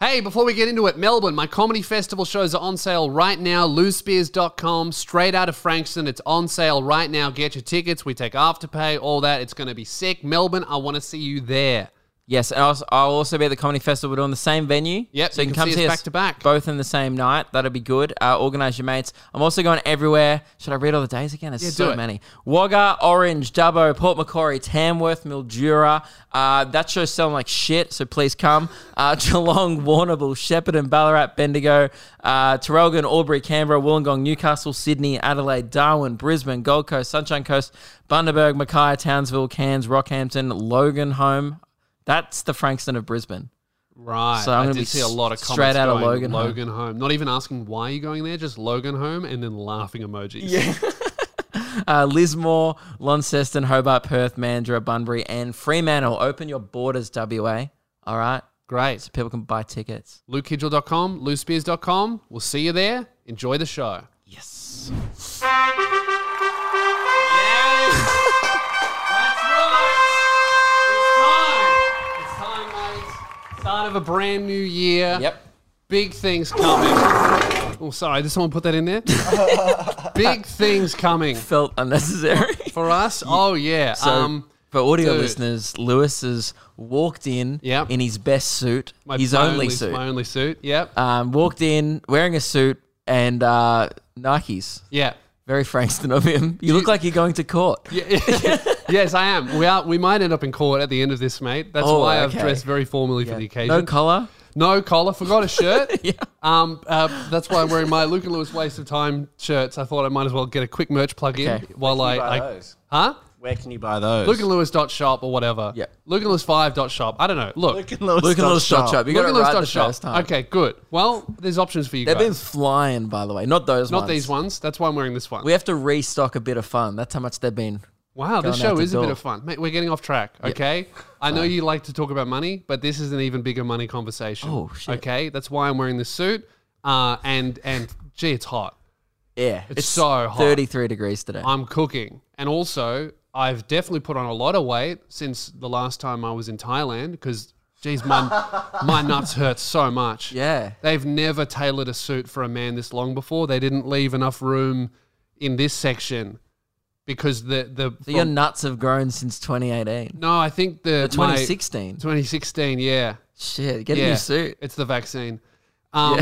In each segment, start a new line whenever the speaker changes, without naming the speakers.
Hey, before we get into it, Melbourne, my comedy festival shows are on sale right now. LouSpears.com, straight out of Frankston. It's on sale right now. Get your tickets. We take afterpay, all that. It's going to be sick. Melbourne, I want to see you there.
Yes, and I'll, I'll also be at the Comedy Festival. We're doing the same venue.
Yep,
so
you
you can,
can
come
see us back to back.
both in the same night. That'll be good. Uh, organize your mates. I'm also going everywhere. Should I read all the days again? There's
Yeah, do
so
it.
many. Wagga, Orange, Dubbo, Port Macquarie, Tamworth, Mildura. Uh, that show's selling like shit, so please come. Uh, Geelong, Warrnambool, Shepherd and Ballarat, Bendigo, uh, Terrelgan, Albury, Canberra, Wollongong, Newcastle, Sydney, Adelaide, Darwin, Brisbane, Gold Coast, Sunshine Coast, Bundaberg, Mackay, Townsville, Cairns, Rockhampton, Logan Home. That's the Frankston of Brisbane.
Right.
So I'm
I
gonna
did
be
see a lot of comments
straight out of
going,
Logan home.
Logan home. Not even asking why you're going there, just Logan home and then laughing emojis.
uh, Lismore, Launceston, Hobart, Perth, Mandurah, Bunbury, and Fremantle. Open your borders, WA. All right,
Great.
so people can buy tickets.
LukeKidgel.com, LouSpears.com. We'll see you there. Enjoy the show.
Yes.
It's time, mate. Start of a brand new year.
Yep.
Big things coming. Oh, sorry. Did someone put that in there? Big things coming
Felt unnecessary.
for us. Oh yeah.
so,
um,
for audio
dude.
listeners, Lewis has walked in
Yep.
in his best suit,
my,
his
my
only, suit.
My only suit. Yep.
Um, walked in wearing a suit and uh, Nikes.
yeah.
Very Frankston of him. You look like you're going to court.
yes, I am. We are. We might end up in court at the end of this, mate. That's
Oh,
why I've
okay.
dressed very formally for the occasion.
No collar.
No collar. Forgot a shirt.
Yeah.
Um. Uh, that's why I'm wearing my Luke and Lewis waste of time shirts. I thought I might as well get a quick merch plug in
Okay.
while I,
buy
I.
those?
Huh?
Where can you buy those?
Luke and Lewis dot shop or whatever.
Yeah.
Luke and Lewis five dot shop. I don't know. Look.
Luke and Lewis.
Look at
dot
little shot
shop.
shop. You got it
Looking
right
those
the
dot
first
shop.
time.
Okay, good. Well, there's options for you
They've
guys.
been flying, by the way. Not those
Not
ones.
these ones. That's why I'm wearing this one.
We have to restock a bit of fun. That's how much they've been.
wow, this
going out
show
the
is a bit
door.
of fun. Mate, we're getting off track, okay? I know you like to talk about money, but this is an even bigger money conversation.
Oh, shit.
Okay, that's why I'm wearing this suit. Uh, and, and gee, it's hot.
Yeah. It's,
so hot.
33 degrees today.
I'm cooking. And also, I've definitely put on a lot of weight since the last time I was in Thailand because, geez, my, my nuts hurt so much.
yeah.
They've never tailored a suit for a man this long before. They didn't leave enough room in this section because the the
So your nuts have grown since 2018.
no, I think the my-
2016.
2016, yeah,
Shit. Get a
yeah,
new suit.
It's the vaccine, um,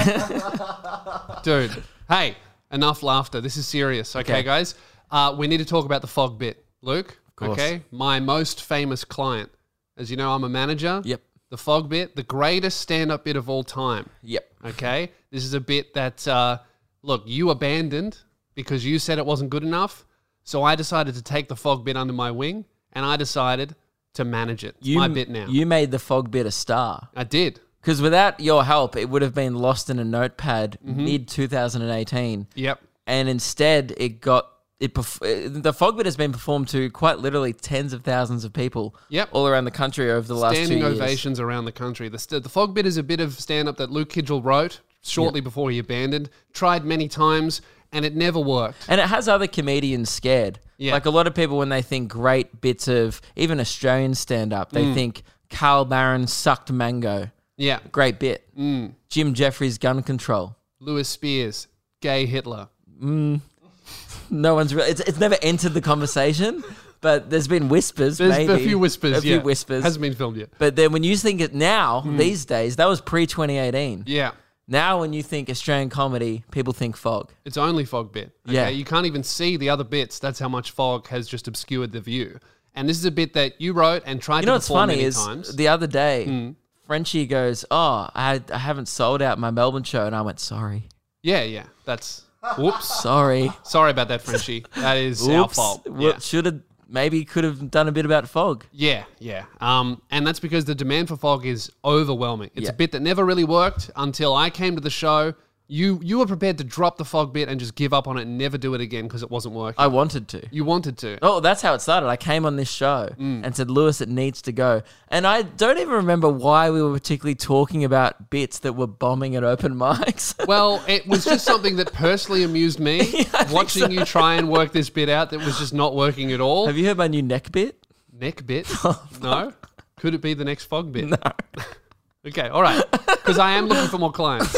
dude. Hey, enough laughter. This is serious, okay,
Okay.
guys. Uh, we need to talk about the fog bit, Luke.
course.
Okay, my most famous client, as you know, I'm a manager.
Yep.
The fog bit, the greatest stand-up bit of all time.
Yep.
Okay, this is a bit that uh, look you abandoned because you said it wasn't good enough. So I decided to take the fog bit under my wing, and I decided to manage it. It's my bit now.
You made the fog bit a star.
I did.
Because without your help, it would have been lost in a notepad
Mm-hmm.
mid 2018.
Yep.
And instead, it got. It perf- uh, the fog bit has been performed to quite literally tens of thousands of people
Yep.
all around the country over the last
Standing
two years.
ovations around the country. The, st- the fog bit is a bit of stand-up that Luke Kidgel wrote shortly before he abandoned. Tried many times, and it never worked.
And it has other comedians scared.
Yeah.
Like a lot of people, when they think great bits of even Australian stand up,
Mm.
they think Carl Barron sucked mango.
Yeah.
Great bit.
Mm.
Jim Jeffries gun control.
Lewis Spears, gay Hitler.
No one's really, it's, it's never entered the conversation, but there's been whispers.
There's
maybe.
a few whispers.
A few
yeah.
whispers.
Hasn't been filmed yet.
but then when you think it now, these days, that was pre 2018.
Yeah.
Now, when you think Australian comedy, people think fog.
It's only fog bit. Okay?
Yeah.
You can't even see the other bits. That's how much fog has just obscured the view. And this is a bit that you wrote and tried
You know
to
what's
perform
funny
many
is
times. Hmm.
the other day, Frenchie goes, "Oh, I, I haven't sold out my Melbourne show," and I went, "Sorry,
yeah, yeah. That's whoops.
sorry,
Sorry about that, Frenchie. That is our
Oops.
fault.
Wo- Should have maybe could have done a bit about fog."
Yeah, yeah. Um, and that's because the demand for fog is overwhelming. It's
Yeah.
a bit that never really worked until I came to the show. You you were prepared to drop the fog bit and just give up on it and never do it again because it wasn't working.
I wanted to.
you wanted to.
Oh, that's how it started. I came on this show
Hmm.
and said, "Lewis, it needs to go." And I don't even remember why we were particularly talking about bits that were bombing at open mics.
Well, it was just something that personally amused me watching you try and work this bit out that was just not working at all.
have you heard my new neck bit?
Neck bit? no. Could it be the next fog bit? No. Okay, all right. Because I am looking for more clients.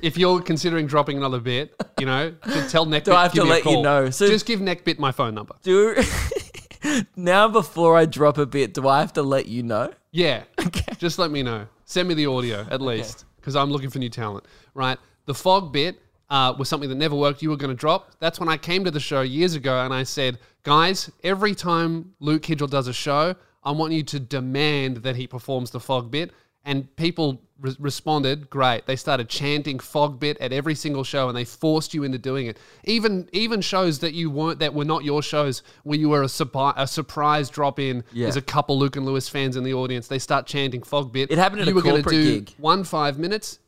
If you're considering dropping another bit, you know, just tell Neckbit.
I have
give me
to
a
let you
call.
know? So-
just give Neckbit my phone number.
Do now before I drop a bit, do I have to let you know?
Yeah. Just let me know. Send me the audio at least because I'm looking for new talent. Right. The fog bit uh, was something that never worked. You were going to drop. That's when I came to the show years ago and I said, guys, every time Luke Kidgel does a show, I want you to demand that he performs the fog bit. And people re- responded great. They started chanting fog bit at every single show, and they forced you into doing it. Even even shows that you weren't that were not your shows, where you were a, surpri- a surprise drop in.
Yeah.
There's a couple Luke and Lewis fans in the audience. They start chanting fog bit.
It happened at
you
a
were gonna
corporate
do
gig.
One five minutes.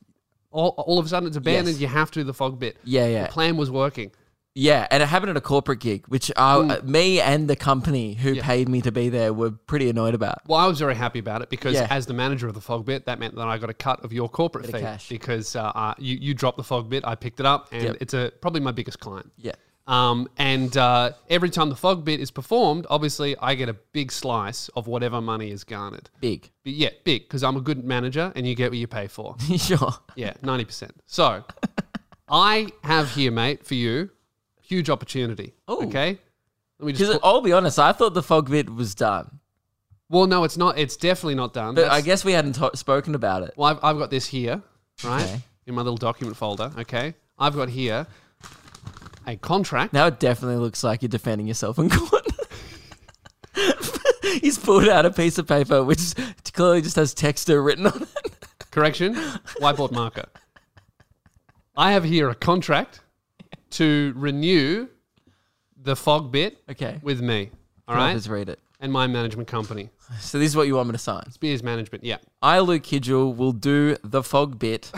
All, all of a sudden, it's abandoned.
Yes.
You have to do the fog bit.
Yeah, yeah.
The plan was working.
Yeah, and it happened at a corporate gig, which uh, me and the company who paid me to be there were pretty annoyed about.
Well, I was very happy about it because
Yeah.
as the manager of the fog bit, that meant that I got a cut of your corporate
of
fee
cash.
because uh, uh, you you dropped the fog bit. I picked it up, and
Yep.
it's a probably my biggest client.
Yeah.
Um, and uh, every time the fog bit is performed, obviously I get a big slice of whatever money is garnered.
Big.
But yeah, big because I'm a good manager, and you get what you pay for.
sure.
Yeah, ninety percent. So, I have here, mate, for you, huge opportunity. Okay, let me just.
Because
put-
I'll be honest, I thought the fog bit was done.
well, no, it's not. It's definitely not done.
But I
That's-
guess we hadn't to- spoken about it.
Well, I've, I've got this here, right,
Okay.
in my little document folder. Okay, I've got here a contract.
Now it definitely looks like you're defending yourself in court. He's pulled out a piece of paper which clearly just has texter written on it.
Correction, whiteboard marker. I have here a contract to renew the fog bit
Okay.
with me. All
I'll
right,
just read it.
and my management company,
So this is what you want me to sign.
Spears Management. Yeah.
I, Luke Kidgel, will do the fog bit,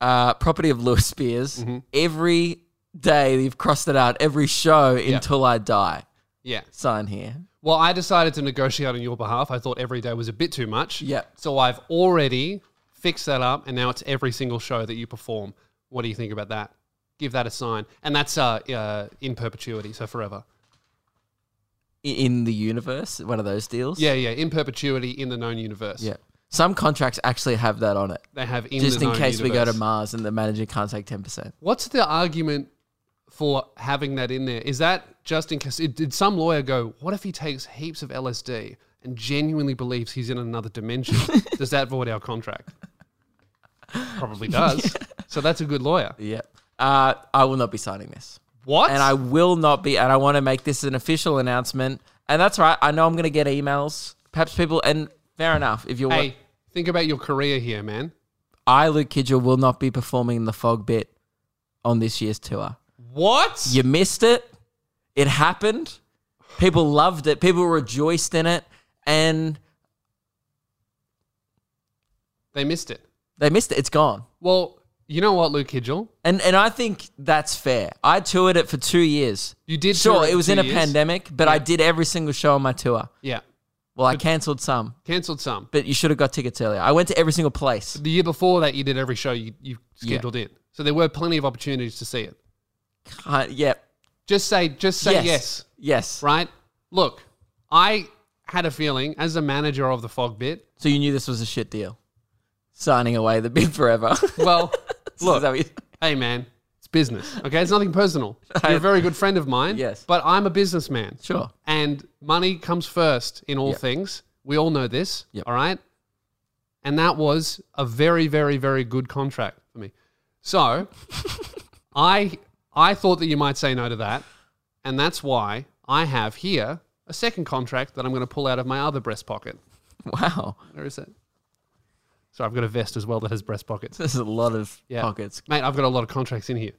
uh, property of Lewis Spears,
Mm-hmm.
every day. You've crossed it out every show until I die.
Yeah.
Sign here.
Well, I decided to negotiate on your behalf. I thought every day was a bit too much.
Yep.
So I've already fixed that up, and now it's every single show that you perform. What do you think about that? Give that a sign, and that's uh, uh in perpetuity, so forever.
I- In the universe, one of those deals.
Yeah, yeah, in perpetuity in the known universe.
Yeah. Some contracts actually have that on it,
They have in
just
the
in
known
case we go to
universe.
Mars and the manager can't take 10%.
What's the argument for having that in there? Is that just in case? Did did some lawyer go, what if he takes heaps of LSD and genuinely believes he's in another dimension? does that void our contract? Probably does. So that's a good lawyer.
Yeah. Uh, I will not be signing this.
What?
And I will not be, and I want to make this an official announcement. And that's right. I know I'm going to get emails, perhaps people, and fair enough. If you want.
hey, think about your career here, man.
I, Luke Kidgel, will not be performing the fog bit on this year's tour.
What?
You missed it. It happened. People loved it. People rejoiced in it. And
They missed it.
they missed it. It's gone.
Well, you know what, Luke Kidgel?
And and I think that's fair. I toured it for two years.
You did. tour
Sure, it
for
was
two
in a
years.
pandemic, but I did every single show on my tour.
Yeah.
Well, I cancelled some,
Cancelled some.
but you should have got tickets earlier. I went to every single place.
The year before that, you did every show you, you scheduled in. So there were plenty of opportunities to see it.
Can't- yeah.
Just say, just say yes.
Yes. Yes.
right? Look, I had a feeling as a manager of the fog bit.
So you knew this was a shit deal. Signing away the bid forever.
Well,
Look. Is that what you-
hey man, it's business. Okay, it's nothing personal. You're a very good friend of mine.
Yes.
but I'm a businessman.
Sure.
and money comes first in all things. We all know this.
Yep.
All right, and that was a very, very, very good contract for me. So, I I thought that you might say no to that, and that's why I have here a second contract that I'm going to pull out of my other breast pocket.
Wow.
Where is it? So I've got a vest as well that has breast pockets.
There's a lot of
Yeah.
pockets.
Mate, I've got a lot of contracts in here.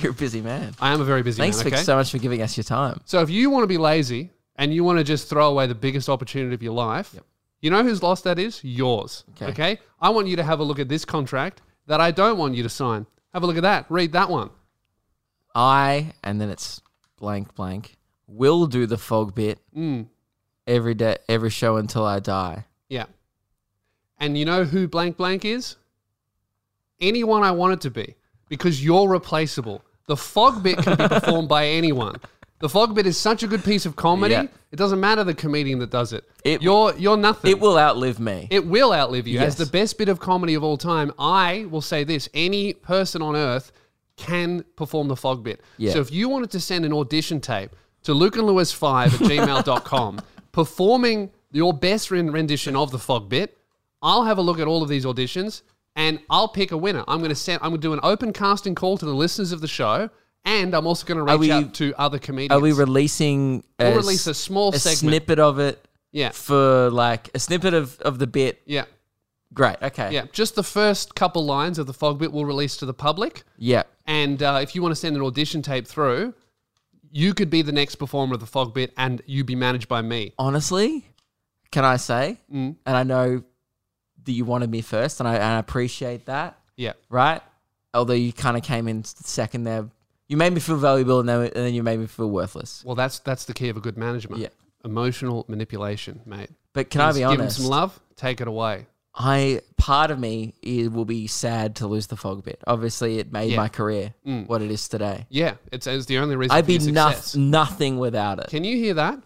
You're a busy man.
I am a very busy
Thanks
man,
for,
okay? So-,
so much for giving us your time.
if you want to be lazy and you want to just throw away the biggest opportunity of your life, you know whose loss that is? Yours. Okay.
Okay.
I want you to have a look at this contract that I don't want you to sign. Have a look at that. Read that one.
I, and then it's blank, blank, will do the fog bit
Mm.
every day, every show until I die.
Yeah. And you know who blank blank is? Anyone I want it to be because you're replaceable. The fog bit can be performed by anyone. The fog bit is such a good piece of comedy.
Yeah.
It doesn't matter the comedian that does it.
It-
you're you're nothing.
It will outlive me.
It will outlive you. As
Yes.
the best bit of comedy of all time, I will say this any person on earth can perform the fog bit.
Yeah.
So if you wanted to send an audition tape to lukeandlewis5 at gmail.com performing your best ren- rendition of the fog bit, I'll have a look at all of these auditions and I'll pick a winner. I'm going to send, I'm going to do an open casting call to the listeners of the show. And I'm also going to reach
we-
out to other comedians.
Are we releasing?
We'll
s-
release a small
a
segment.
snippet of it
Yeah.
for like a snippet of, of the bit.
yeah.
Great. Okay.
Yeah. Just the first couple lines of the fog bit we'll release to the public.
Yeah.
And uh, if you want to send an audition tape through, you could be the next performer of the fog bit and you be managed by me.
Honestly, can I say?
Mm.
And I know that you wanted me first, and I, and I appreciate that.
Yeah.
Right. Although you kind of came in second there, you made me feel valuable, and then, and then you made me feel worthless.
Well, that's that's the key of a good management.
Yeah.
Emotional manipulation, mate.
But can I be
Give him
honest?
some love, take it away.
I part of me it will be sad to lose the fog bit. Obviously, it made my career what it is today.
Yeah, it's, it's the only reason
I'd
for
be
your
noth-
Mm. success.
nothing without it.
Can you hear that?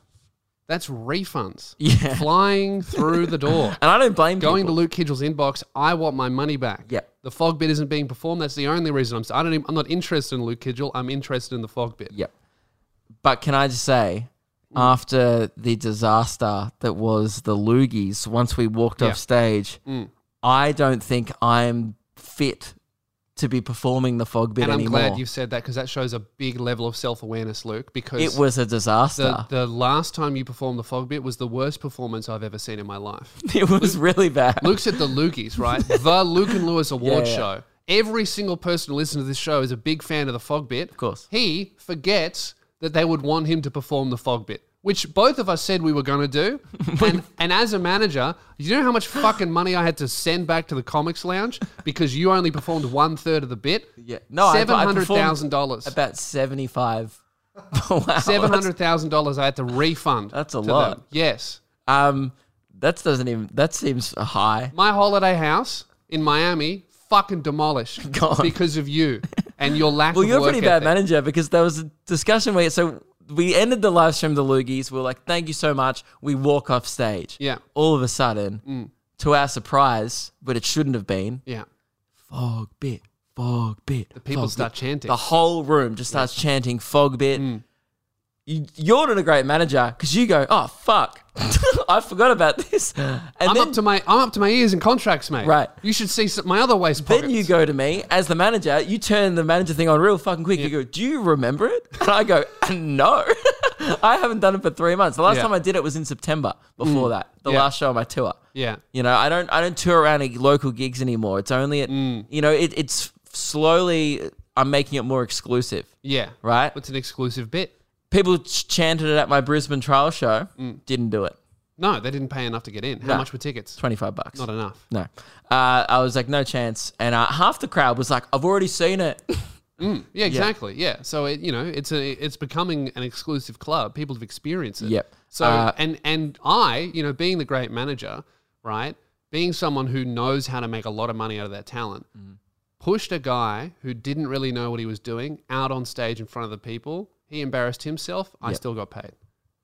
That's refunds
Yeah.
flying through the door.
And I don't blame
Going to
people.
Luke Kidgel's inbox, I want my money back.
Yeah.
The fog bit isn't being performed. That's the only reason I'm. I don't. Even, I'm not interested in Luke Kidgel. I'm interested in the fog bit.
Yep. But can I just say,
Mm.
after the disaster that was the Loogies, once we walked
Yeah. Mm.
off stage, I don't think I'm fit to be performing the fog bit
And I'm
anymore.
glad you've said that because that shows a big level of self awareness, Luke. Because
it was a disaster.
the, the last time you performed the fog bit was the worst performance I've ever seen in my life.
it was really bad.
Luke's at the Loogies, right? The Luke and Lewis Award
Yeah, yeah.
Show. Every single person who listens to this show is a big fan of the fog bit. Of
course.
He forgets that they would want him to perform the fog bit. Which both of us said we were going to do. And, and as a manager, you know how much fucking money I had to send back to the Comics Lounge because you only performed one third of the bit?
yeah. No, I- I performed
$700,000.
About 75. wow.
Seven hundred thousand dollars I had to refund.
That's a
to
lot.
them. Yes,
Um, that doesn't even, that seems high.
my holiday house in Miami fucking demolished
Gone.
because of you and your lack.
Well,
of
you're a
work
pretty bad
ethic.
manager because there was a discussion where so we ended the live stream of the Loogies. We were like, "Thank you so much." We walk off stage.
Yeah.
All of a sudden,
Mm.
to our surprise, but it shouldn't have been.
Yeah,
Fog bit, fog bit. The
people start Mm. chanting.
The whole room just starts chanting fog bit. You, you're not a great manager because you go, "Oh fuck, I forgot about this," and
I'm
then
up to my I'm up to my ears in contracts, mate.
Right.
You should see some, my other waist pockets.
Then you go to me as the manager, you turn the manager thing on real fucking quick. You go, Do you remember it? And I go, No, I haven't done it for three months. The last
Yeah. Mm.
time I did it was in September before that, the
Yeah.
last show of my tour.
Yeah.
You know, I don't I don't tour around at local gigs anymore. It's only at, you know, it, it's slowly, uh, I'm making it more exclusive,
Yeah.
right?
It's an exclusive bit.
People ch- chanted it at my Brisbane trial show, didn't do it.
No, they didn't pay enough to get in. How
No.
much were tickets?
25 bucks.
Not enough.
No. Uh, I was like, No chance. And uh, half the crowd was like, I've already seen it.
Yeah, exactly. Yeah. So it, you know, it's a it's becoming an exclusive club. People have experienced it.
Yep.
So
Uh,
and and I, you know, being the great manager, right, being someone who knows how to make a lot of money out of their talent,
Mm-hmm.
pushed a guy who didn't really know what he was doing out on stage in front of the people. He embarrassed himself. I still got paid,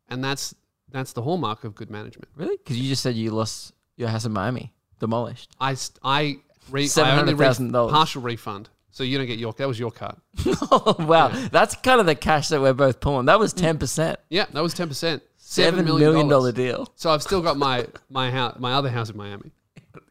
and that's that's the hallmark of good management.
Really? Because you just said you lost your house in Miami, demolished.
I st- I. Re- I only re-
$700,000.
partial refund, so you don't get your. That was your cut.
oh wow, that's kind of the cash that we're both pulling. That was ten percent,
Yeah, that was ten percent.
Mm. seven million dollar deal.
So I've still got my my house, my other house in Miami.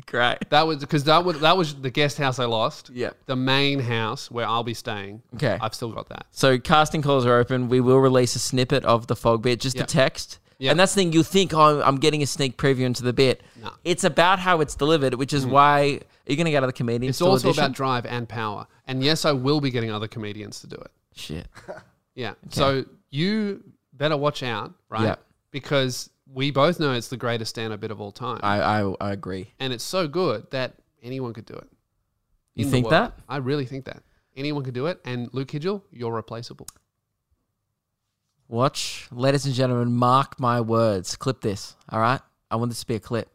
Great.
That was because that was that was the guest house I lost.
Yeah.
The main house where I'll be staying.
Okay.
I've still got that.
So casting calls are open. We will release a snippet of the fog bit, just
Yeah.
a text.
Yeah.
And that's the thing you'll think, oh, I'm getting a sneak preview into the bit.
No.
It's about how it's delivered, which is why are you going to get other comedians.
Mm. It's
to
also
audition?
about drive and power. And yes, I will be getting other comedians to do it.
shit.
Yeah. So you better watch out, right?
Yeah.
Because we both know it's the greatest stand-up bit of all time,
I, I I agree.
and it's so good that anyone could do it.
You
in the
think
world.
that?
I really think that anyone could do it. And Luke Hidgel, you're replaceable.
Watch, ladies and gentlemen, mark my words. Clip this, all right? I want this to be a clip.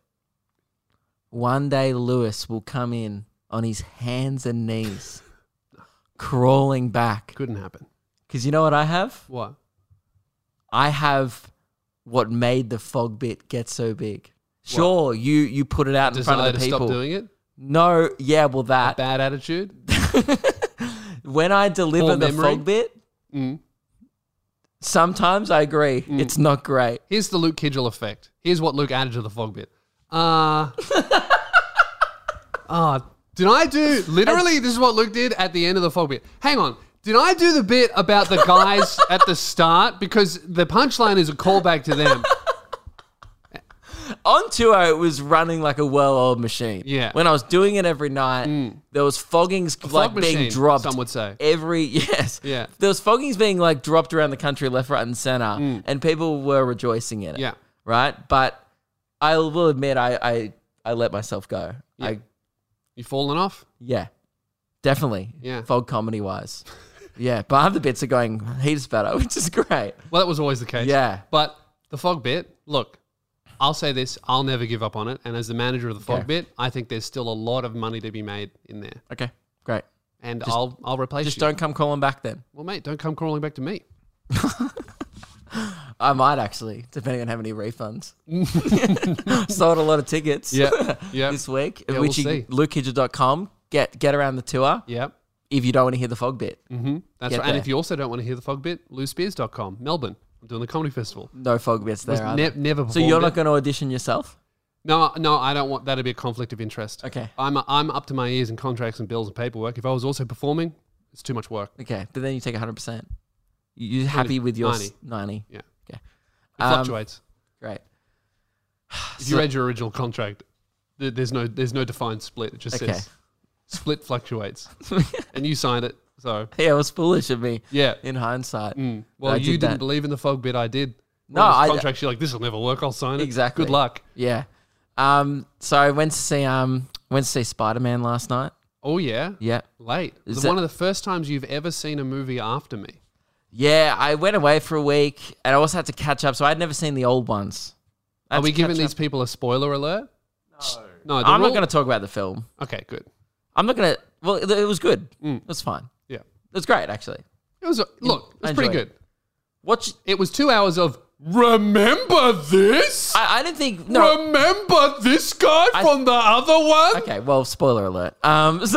One day Lewis will come in on his hands and knees, crawling back.
Couldn't happen.
Because you know what I have?
What?
I have what made the fog bit get so big. Sure, you you put it out in front
Decided
of
to
the
stop
people.
doing it.
no, yeah, well that
Bad attitude.
when I
Poor
deliver the
memory.
fog bit,
Mm.
sometimes I agree it's not great.
Here's the Luke Kidgel effect. Here's what Luke added to the fog bit. Uh, uh, did I do literally? This is what Luke did at the end of the fog bit. Hang on. Did I do the bit about the guys at the start? Because the punchline is a callback to them.
On tour, it was running like a well-oiled machine.
Yeah. Mm.
When I was doing it every night, there was foggings like
machine,
being dropped.
some would say.
every yes.
Yeah.
There was foggings being like dropped around the country, left, right, and center,
Mm.
and people were rejoicing in it.
Yeah.
Right. But I will admit, I I, I let myself go. I
You fallen off?
yeah, definitely.
Yeah.
Fog comedy wise. yeah, but other bits are going heaps better, which is great.
Well, that was always the case.
Yeah.
But the fog bit, look, I'll say this, I'll never give up on it. And as the manager of the fog
Okay.
bit, I think there's still a lot of money to be made in there.
Okay. Great.
And I'll I'll replace
Just
you.
don't come calling back then.
Well, mate, don't come crawling back to me.
I might actually, depending on how many refunds. Sold a lot of tickets.
Yeah, yeah.
This week,
Yeah,
which
we'll
you
see.
lukekidger.com. Get get around the tour
Yep.
if you don't want to hear the fog bit.
Mm-hmm. That's
Get
right. And
there.
if you also don't want to hear the fog bit, loosebeers.com, Melbourne. I'm doing the comedy festival.
No fog bits there. either.
Ne- never
so you're not
performed
going to audition yourself?
it. No, no, I don't want that to be a conflict of interest.
Okay.
I'm I'm up to my ears in contracts and bills and paperwork. If I was also performing, it's too much work.
Okay, but then you take 100. percent You're happy with your
90.
s- 90.
Yeah.
Okay.
It
Um,
fluctuates.
Great.
If you
so-
read your original contract, th- there's no there's no defined split. It just
Okay.
says split fluctuates, and you signed it. So
Yeah, it was foolish of me.
yeah.
In hindsight.
Mm. Well,
I
you
did
did not
that.
believe in the fog bit. I did.
No,
All those
I-
contracts. You're like, this will never work. I'll sign it.
Exactly.
Good luck.
Yeah. Um. So I went to see um went to see Spider Man last night.
Oh yeah.
Yeah.
Late. It's
that-
one of the first times you've ever seen a movie after me.
Yeah. I went away for a week, and I also had to catch up. So I'd never seen the old ones. I had
Are we
to
giving
catch
these people a spoiler alert? No. No. the
I'm
rule-
not going to talk about the film.
Okay. Good.
I'm not going to. Well, it it was good.
Mm.
It was fine.
Yeah.
It was great actually.
It was a, look. It
I
was pretty
enjoyed
good.
it. Watch.
It was two hours of remember this.
I, I didn't think. No.
Remember this guy from the other one?
Okay. Well, spoiler alert. Um.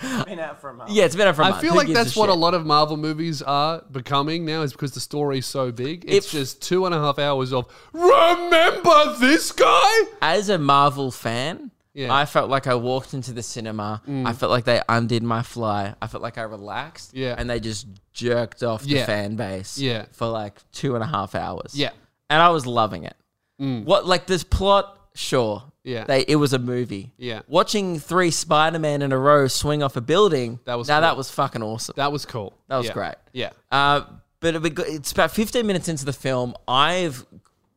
So,
Been out for a month.
yeah, it's been out for a
I
month.
feel
Who
like
gives
that's what a
shit?
lot of Marvel movies are becoming now, is because the story's so big. It's
If-
just two and a half hours of remember this guy.
as a Marvel fan,
Yeah. Mm.
I felt like I walked into the cinema. I felt like they undid my fly. I felt like I relaxed.
Yeah.
And they just jerked off
Yeah.
the fan base.
Yeah.
For like two and a half hours.
Yeah. Mm.
And I was loving it. What like this plot? Sure.
Yeah.
They it was a movie.
Yeah.
Watching three Spider Man in a row swing off a building.
That was
now
cool.
that was fucking awesome.
That was cool.
That was
Yeah.
great.
Yeah.
Uh, but it, beg- it's about 15 minutes into the film. I've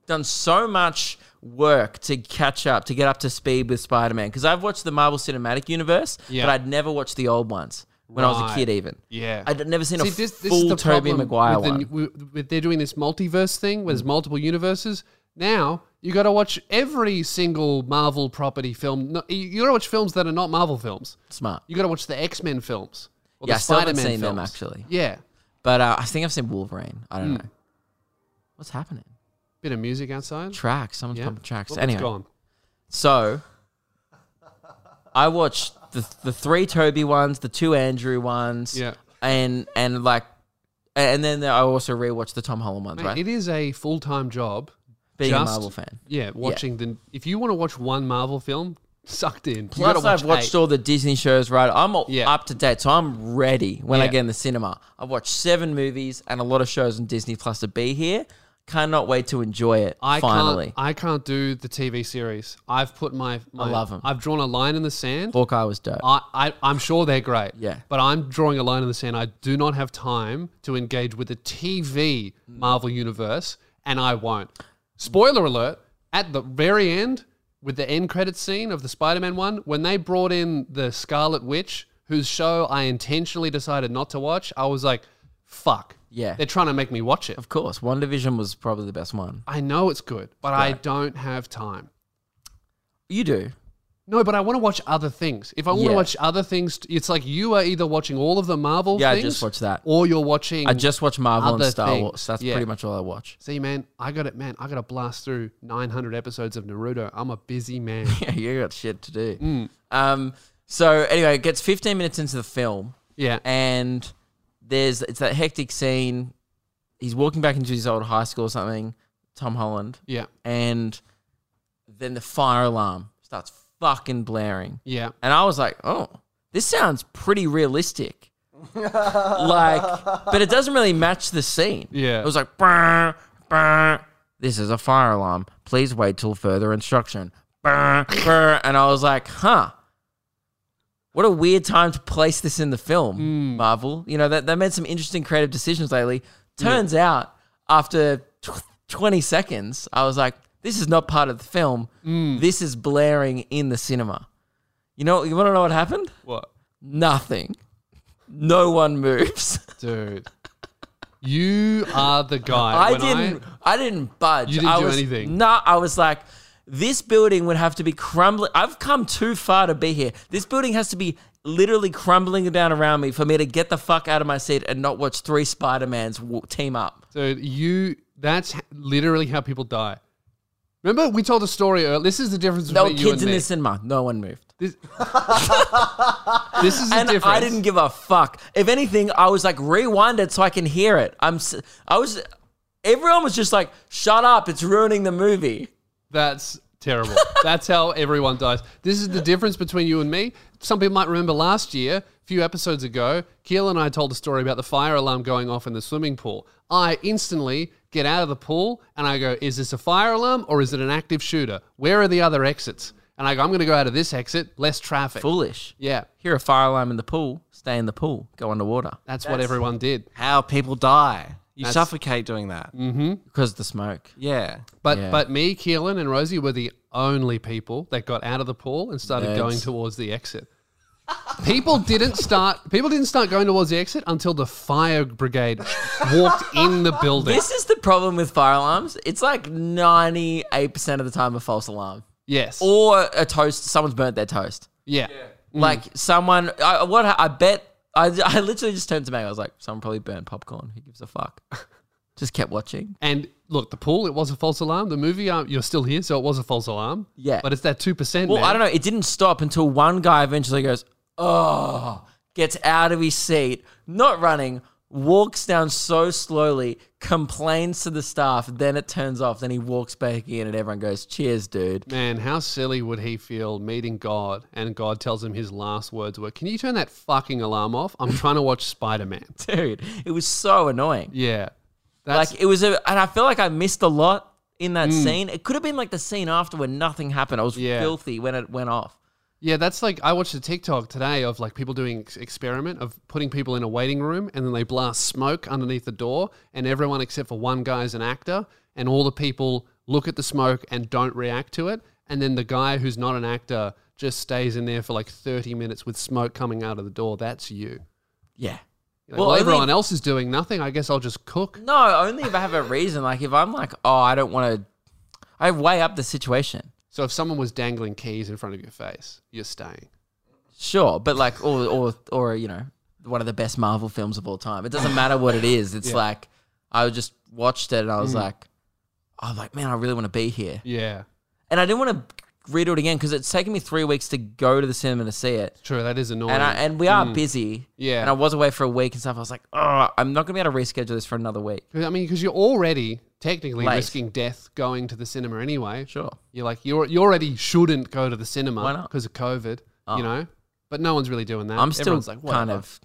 done so much work to catch up, to get up to speed with Spider Man, because I've watched the Marvel Cinematic Universe,
Yeah.
but I'd never watched the old ones when I was
Right.
a kid, even.
Yeah.
I'd never seen
See,
a
this, this is
full
the
Tobey
problem
Maguire
with the-
one.
with- with- they're doing this multiverse thing where there's multiple universes. Now you got to watch every single Marvel property film. No, you- you got to watch films that are not Marvel films.
Smart.
You got to watch the X Men films. Or
Yeah,
the
I still haven't
Spider-Man
seen them,
films. Hmm.
actually.
Yeah.
But uh, I think I've seen Wolverine. I don't know. What's happening?
Bit of music outside.
Tracks. Someone's
Yeah.
pumping tracks.
Well, it's
anyway.
gone.
So I watched the the three Toby ones, the two Andrew ones,
Yeah.
and and like, and then I also rewatched the Tom Holland ones,
Mate,
right?
It is a full time job.
Being
just-
a Marvel fan.
Yeah, watching the. If you want to watch one Marvel film, sucked in.
Plus, I've watched
eight.
all the Disney shows, right? I'm all
Yeah.
up to date, so I'm ready when I
Yeah.
get in the cinema. I've watched seven movies and a lot of shows on Disney Plus to be here. Cannot wait to enjoy it.
I
finally,
can't. I can't do the TV series. I've put my. my
love 'em.
I've drawn a line in the sand.
Hawkeye was dope.
I, I, I'm sure they're great.
Yeah.
But I'm drawing a line in the sand. I do not have time to engage with the TV Marvel Universe, and I won't. Spoiler alert, at the very end, with the end credits scene of the Spider Man one, when they brought in the Scarlet Witch, whose show I intentionally decided not to watch, I was like, fuck.
Yeah.
They're trying to make me watch it.
of course, One Division was probably the best one.
I know it's good, but I don't have time.
You do.
No, but I want to watch other things. If I want
Yeah.
to watch other things, it's like you are either watching all of the Marvel
Yeah, I
things.
just watch that.
Or you're watching.
I just watch Marvel and
Other
Star
things.
Wars. That's
Yeah.
pretty much all I watch.
See, man, I got it, man. I got to blast through 900 episodes of Naruto. I'm a busy man.
Yeah, you got shit to do. Um, so anyway, it gets 15 minutes into the film,
yeah.
and there's it's that hectic scene. He's walking back into his old high school or something. Tom Holland,
Yeah.
and then the fire alarm starts fucking blaring.
Yeah.
And I was like, oh, this sounds pretty realistic. like, but it doesn't really match the scene.
Yeah.
It was like, brr, brr, this is a fire alarm. Please wait till further instruction. Brr, brr. And I was like, huh. What a weird time to place this in the film, Marvel. You know, that they made some interesting creative decisions lately. Turns out, after tw- 20 seconds, I was like, this is not part of the film. This is blaring in the cinema. You know, you want to know what happened?
What?
Nothing. No one moves.
Dude. You are the guy.
I
When
didn't. I, didn't budge.
You didn't
I
do
was,
anything.
Nah, I was like, this building would have to be crumbling. I've come too far to be here. This building has to be literally crumbling down around me for me to get the fuck out of my seat and not watch three Spider Mans w- team up.
Dude, you. That's h- literally how people die. Remember, we told a story earlier. This is the difference
There were
between you
kids
and
in
me.
the cinema. No one moved.
This, this is the
and
difference.
I didn't give a fuck. If anything, I was like rewind it so I can hear it. I'm s- I was everyone was just like shut up, it's ruining the movie.
That's terrible. That's how everyone dies. This is the difference between you and me. Some people might remember last year, a few episodes ago, Keel and I told a story about the fire alarm going off in the swimming pool. I instantly get out of the pool and I go, is this a fire alarm or is it an active shooter? Where are the other exits? And I go, I'm going to go out of this exit, less traffic.
Foolish.
Yeah,
Hear a fire alarm in the pool, stay in the pool, go underwater.
that's, what everyone did.
How people die. You suffocate doing that.
Mm.
Because of the smoke.
Yeah.
But
Yeah.
but me, Keelan, and Rosie were the only people that got out of the pool and started
Nerds.
going towards the exit. People didn't start. People didn't start going towards the exit until the fire brigade walked in the building.
This is the problem with fire alarms. It's like 98% of the time a false alarm.
yes.
Or a toast, someone's burnt their toast.
yeah.
Like someone, I, what I bet, I, I literally just turned to Meg. I was like, someone probably burnt popcorn. Who gives a fuck? just kept watching.
And look, the pool. It was a false alarm. The movie. Um, you're still here, so it was a false alarm.
Yeah.
But it's that two percent.
Well, I don't know. It didn't stop until one guy eventually goes, oh, gets out of his seat, not running, walks down so slowly, complains to the staff, then it turns off, then he walks back in, and everyone goes, cheers, dude.
Man, how silly would he feel meeting God and God tells him his last words were, "Can you turn that fucking alarm off? I'm trying to watch Spider Man."
Dude, it was so annoying.
Yeah. That's
Like, it was, a, and I feel like I missed a lot in that scene. It could have been like the scene after when nothing happened. I was
Hmm. Yeah.
filthy when it went off.
Yeah, that's like I watched a TikTok today of like people doing ex- experiment of putting people in a waiting room and then they blast smoke underneath the door and everyone except for one guy is an actor and all the people look at the smoke and don't react to it and then the guy who's not an actor just stays in there for like 30 minutes with smoke coming out of the door. That's you.
Yeah.
Like, well,
I think-
everyone else is doing nothing. I guess I'll just cook.
No, only if I have a reason. Like if I'm like, oh, I don't want to, I weigh up the situation.
So if someone was dangling keys in front of your face, you're staying.
Sure, but like, or or or you know, one of the best Marvel films of all time. It doesn't matter what it is. It's like I just watched it and I
Hmm.
was like, I was like, man, I really want to be here,
Yeah.
and I didn't want to redo it again because it's taken me three weeks to go to the cinema to see it.
True, that is annoying.
And, I, and we are busy.
Mm. Yeah.
And I was away for a week and stuff. I was like, oh, I'm not going to be able to reschedule this for another week.
'Cause, I mean, because you're already technically
Late.
risking death going to the cinema anyway.
Sure.
You're like, you're, you already shouldn't go to the cinema
Why not? Ah.
because of COVID, you know? But no one's really doing that.
I'm still
Everyone's like,
kind
whatever.
of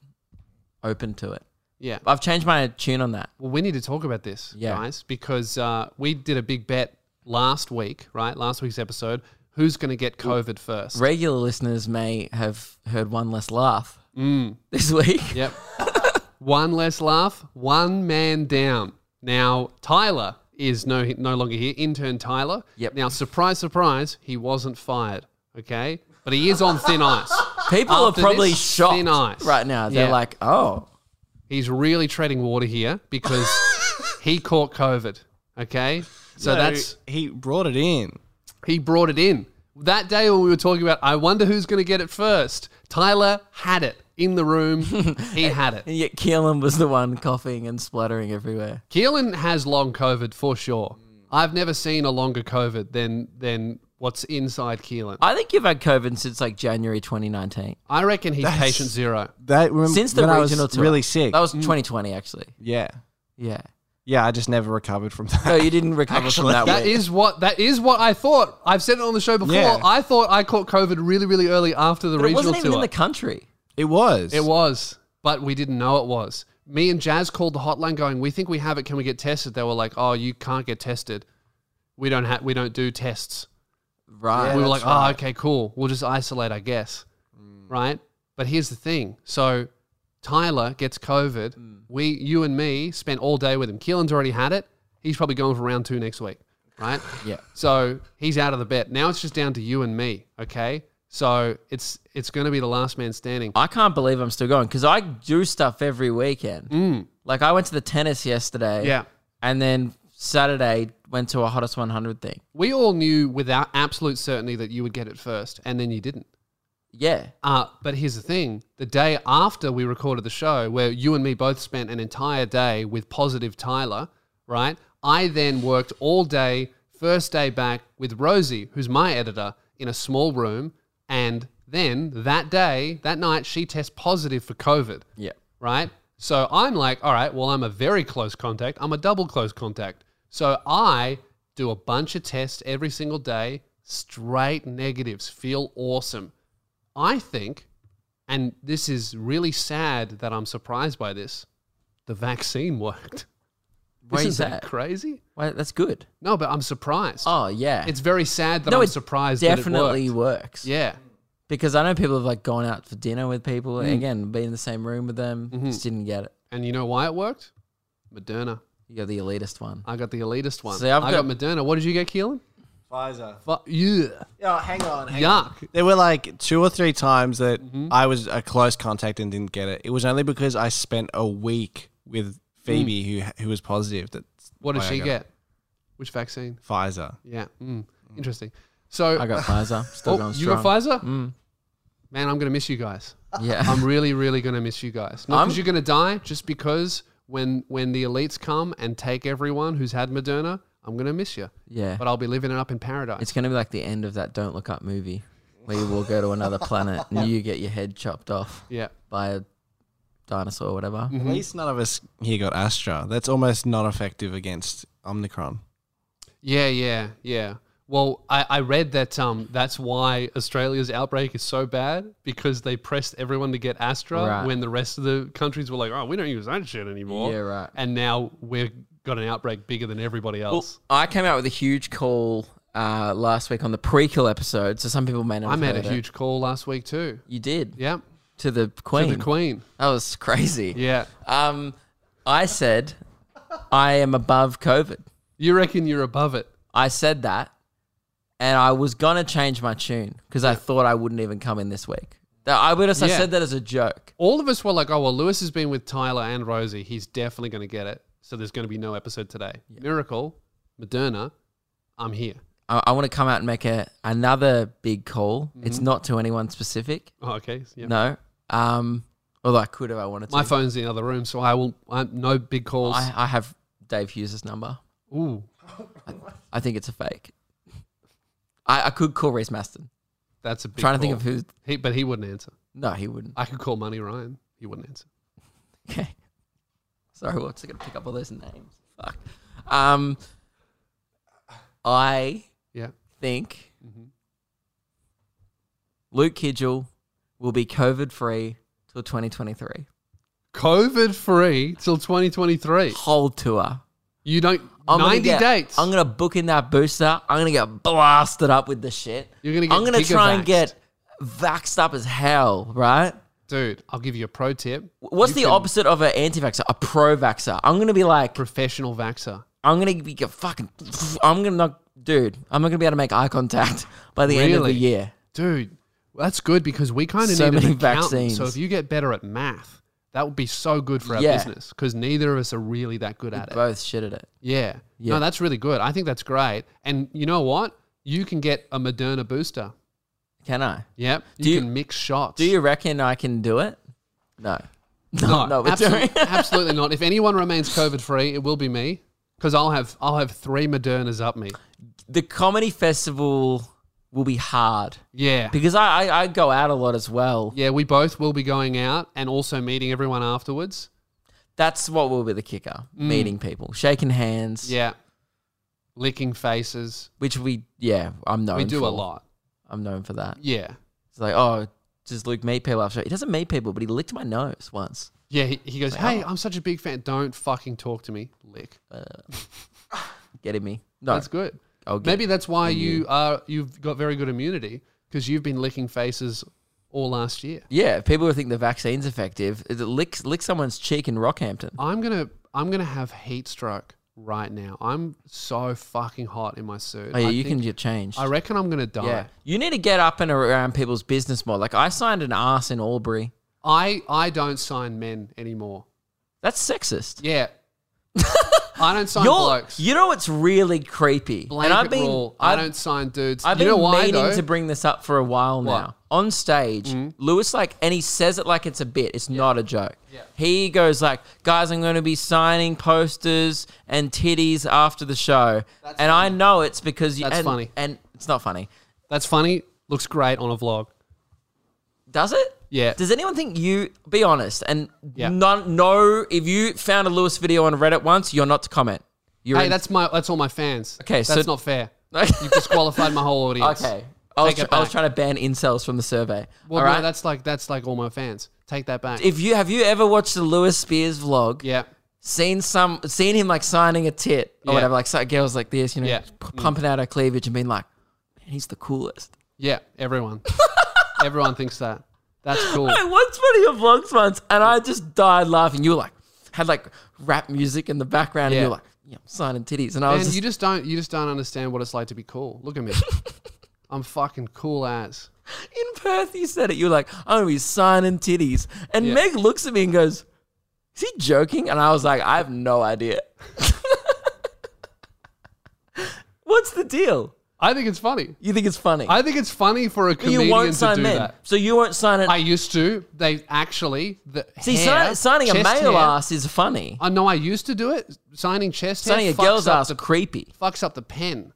open to it.
Yeah.
I've changed my tune on that.
Well, we need to talk about this,
Yeah.
guys, because uh, we did a big bet last week, right? Last week's episode. Who's going to get COVID first?
Regular listeners may have heard one less laugh
Mm.
this week.
Yep. one less laugh, one man down. Now Tyler is no no longer here. Intern Tyler.
Yep.
Now surprise, surprise, he wasn't fired. Okay, but he is on thin ice.
People
After
are probably
this,
shocked
thin ice.
right now. They're
Yeah.
like, oh,
He's really treading water here because he caught COVID. Okay, so that's
he brought it in.
he brought it in. That day when we were talking about, I wonder who's going to get it first. Tyler had it in the room. he had it.
And yet Keelan was the one coughing and spluttering everywhere.
Keelan has long COVID for sure. I've never seen a longer COVID than than what's inside Keelan. I,
I think you've had COVID since like January 2019.
reckon he's patient zero.
That remember
Since the
Um, when I was
regional tour.
really sick.
That was 2020, actually.
yeah,
Yeah.
yeah. I just never recovered from that.
No, you didn't recover
Actually,
from that,
That
week.
is what that is what I thought. I've said it on the show before.
Yeah.
I thought I caught COVID really, really early after the
But it
regional
wasn't even
tour.
in the country.
It was.
It was, but we didn't know it was. Me and Jazz called the hotline, going, "We think we have it. Can we get tested?" They were like, "Oh, you can't get tested. We don't have. We don't do tests."
Right. Mm.
we were like, "Oh, okay, cool. We'll just isolate, I guess." Right. But here's the thing. So Tyler gets COVID.
Mm.
We, you and me, spent all day with him. Keelan's already had it. He's probably going for round two next week. Right.
Yeah.
So he's out of the bet. Now it's just down to you and me. Okay. So it's it's going to be the last man standing.
I can't believe I'm still going because I do stuff every weekend. Like I went to the tennis yesterday.
Yeah.
And then Saturday went to a hottest 100 thing.
We all knew without absolute certainty that you would get it first, and then you didn't.
Yeah.
Uh, but here's the thing the day after we recorded the show, where you and me both spent an entire day with positive Tyler, right? I then worked all day, first day back with Rosie, who's my editor, in a small room. And then that day, that night, she tests positive for COVID
Yeah.
right? So I'm like, all right, well, I'm a very close contact. I'm a double close contact. So I do a bunch of tests every single day, straight negatives, feel awesome. I think, and this is really sad that I'm surprised by this, the vaccine worked.
Why
Isn't
is that?
crazy?
Why, that's good.
No, but I'm surprised.
Oh, yeah.
It's very sad that
no,
I'm
it
surprised
definitely
that it worked.
works.
Yeah.
Because I know people have like gone out for dinner with people. Again, be in the same room with them. Just didn't get it.
And you know why it worked? Moderna.
You got the elitist one.
I got the elitist one.
See, I've
I got,
got-
Moderna. What did you get, Keelan?
Pfizer.
Fu- yeah.
Oh, hang on. Hang Mm-hmm. on.
Yuck.
There were like two or three times that I was a close contact and didn't get it. It was only because I spent a week with Phoebe, who who was positive. That
What did
Oh,
why I
she
got
get? Which vaccine?
Pfizer.
Yeah. Mm. Interesting. So
I got Pfizer. Still
oh,
going
you
strong. Mm.
got Pfizer? Man, I'm going to miss you guys.
Yeah.
I'm really, really going to miss you guys. Not because you're going to die, just because when when the elites come and take everyone who's had Moderna, I'm going to miss you.
yeah.
But I'll be living it up in paradise.
It's going to be like the end of that Don't Look Up movie where you will go to another planet and you get your head chopped off
yeah.
by a dinosaur or whatever.
Mm-hmm.
At least none of us here got Astra. That's almost not effective against Omicron.
Yeah, yeah, yeah. Well, I, I read that um, that's why Australia's outbreak is so bad because they pressed everyone to get Astra
Right.
when the rest of the countries were like, oh, we don't use that shit anymore.
Yeah, right.
And now we've got an outbreak bigger than everybody else.
I came out with a huge call uh, last week on the prequel episode, so some people may not
I
have
made a
heard it.
huge call last week too.
You did.
Yep.
To the
To
Queen.
the Queen.
That was crazy.
Yeah.
Um, I said, I am above COVID.
You reckon you're above it?
I said that, and I was gonna change my tune because I thought I wouldn't even come in this week. That- I would have I
Yeah.
said that as a joke.
All of us were like, oh, well, Lewis has been with Tyler and Rosie. He's definitely going to get it. So there's going to be no episode today. Miracle, Moderna, I'm here.
I, I want to come out and make a another big call.
Mm-hmm.
It's not to anyone specific.
Oh, okay. Yeah.
No. Um. Although I could if I wanted to.
My phone's in the other room, so I will. I, no big calls.
I, I have Dave Hughes' number.
Ooh,
I think it's a fake. I, I could call Reese Maston.
that's a big.
trying to think
call.
of who.
He, but he wouldn't answer.
No, he wouldn't.
I could call Money Ryan. He wouldn't answer.
Okay. Sorry, what's going to pick up all those names? Fuck. Um. I
Yeah.
think
Mm-hmm.
Luke Kidgel will be COVID free till 2023.
COVID free till 2023.
Whole tour.
You don't.
I'm gonna
90
get-
dates.
I'm gonna book in that booster. I'm gonna get blasted up with the shit.
You're gonna get
I'm gonna
giga
try and
vaxxed.
get vaxxed up as hell, right?
Dude, I'll give you a pro tip.
What's the opposite of an anti-vaxxer? A pro-vaxxer. I'm gonna be like,
Professional vaxer.
I'm gonna be a fucking. I'm gonna not, dude. I'm not gonna be able to make eye contact by the end of the
Really?
year.
Dude, that's good because we kind of
So
need
many
an accountant.
vaccines.
So if you get better at math, that would be so good for our
Yeah.
business because neither of us are really that good at it.
Both shit at it.
Yeah. No, that's really good. I think that's great. And you know what? you can get a Moderna booster.
Can I?
Yep. You,
Do you-
can mix shots.
Do you reckon I can do it? No.
No,
no, we're
absolutely,
doing-
absolutely not. If anyone remains COVID free, it will be me because I'll have I'll have three Modernas up me.
The comedy festival will be hard
Yeah.
because I, I, I go out a lot as well.
Yeah, we both will be going out and also meeting everyone afterwards.
That's what will be the kicker meeting people, shaking hands,
Mm. Yeah. Licking faces.
which we, yeah, I'm known
We do
for.
a lot.
I'm known for that.
Yeah.
It's like, oh, does Luke meet people after? He doesn't meet people, but he licked my nose once.
Yeah, he, he goes, Hey, I'm such a big fan. Don't fucking talk to me. Lick.
Getting me? No.
That's good.
I'll get-
Maybe that's why you are you've got very good immunity because you've been licking faces all last year.
Yeah, people who think the vaccine's effective, it lick, lick someone's cheek in Rockhampton.
I'm gonna I'm gonna have heat stroke right now. I'm so fucking hot in my suit.
Oh, yeah,
I
you can
think-
get changed.
I reckon I'm gonna die.
Yeah. You need to get up and around people's business more. Like I signed an arse in Albury.
I I don't sign men anymore.
That's sexist.
Yeah. I don't sign
You're,
blokes.
you know what's really creepy?
Blanket
and I've been
rule. I
I've,
don't sign dudes.
I've
you
been
know why
meaning
though? Mm.
to bring this up for a while now. On stage, Lewis like and he says it like it's a bit. It's not a joke. He goes like, "Guys, I'm going to be signing posters and titties after the show." and I know it's because you,
That's
and-
funny.
And it's not funny.
That's funny. Looks great on a vlog.
Does it?
Yeah.
Does anyone think you be honest and
Yeah.
none no if you found a Lewis video on Reddit once, you're not to comment. You're
Hey,
in-
that's my that's all my fans.
Okay,
that's
so-
not fair. You've disqualified my whole audience.
Okay. I was,
Take it
tr- I was
back.
trying to ban incels from the survey.
Well,
All
no,
right.
that's like that's like all my fans. Take that back.
if you have you ever watched the Lewis Spears vlog,
yeah.
seen some seen him like signing a tit or
Yeah.
whatever, like so, girls like this, you know,
Yeah.
p- pumping out her cleavage and being like, Man, he's the coolest.
Yeah, everyone. everyone thinks that. That's cool.
I watched one of your vlogs once and I just died laughing. You were like had like rap music in the background and
Yeah.
you were like, Yeah, I'm signing titties and I was
And
just,
you just don't you just don't understand what it's like to be cool. Look at me. I'm fucking cool ass.
in Perth, you said it. You were like, I'm gonna be signing titties. And
Yeah.
Meg looks at me and goes, Is he joking? And I was like, I have no idea. What's the deal?
I think it's funny.
You think it's funny?
I think it's funny for a comedian
you won't
to
sign
do
men.
that.
So you won't sign it.
I used to. They actually the
See, si-
hair,
signing a
chest
male
hair-
ass is funny.
I know I used to do it. Signing chest
signing
hair
a girl's
fucks up
ass
the-
creepy.
fucks up the pen.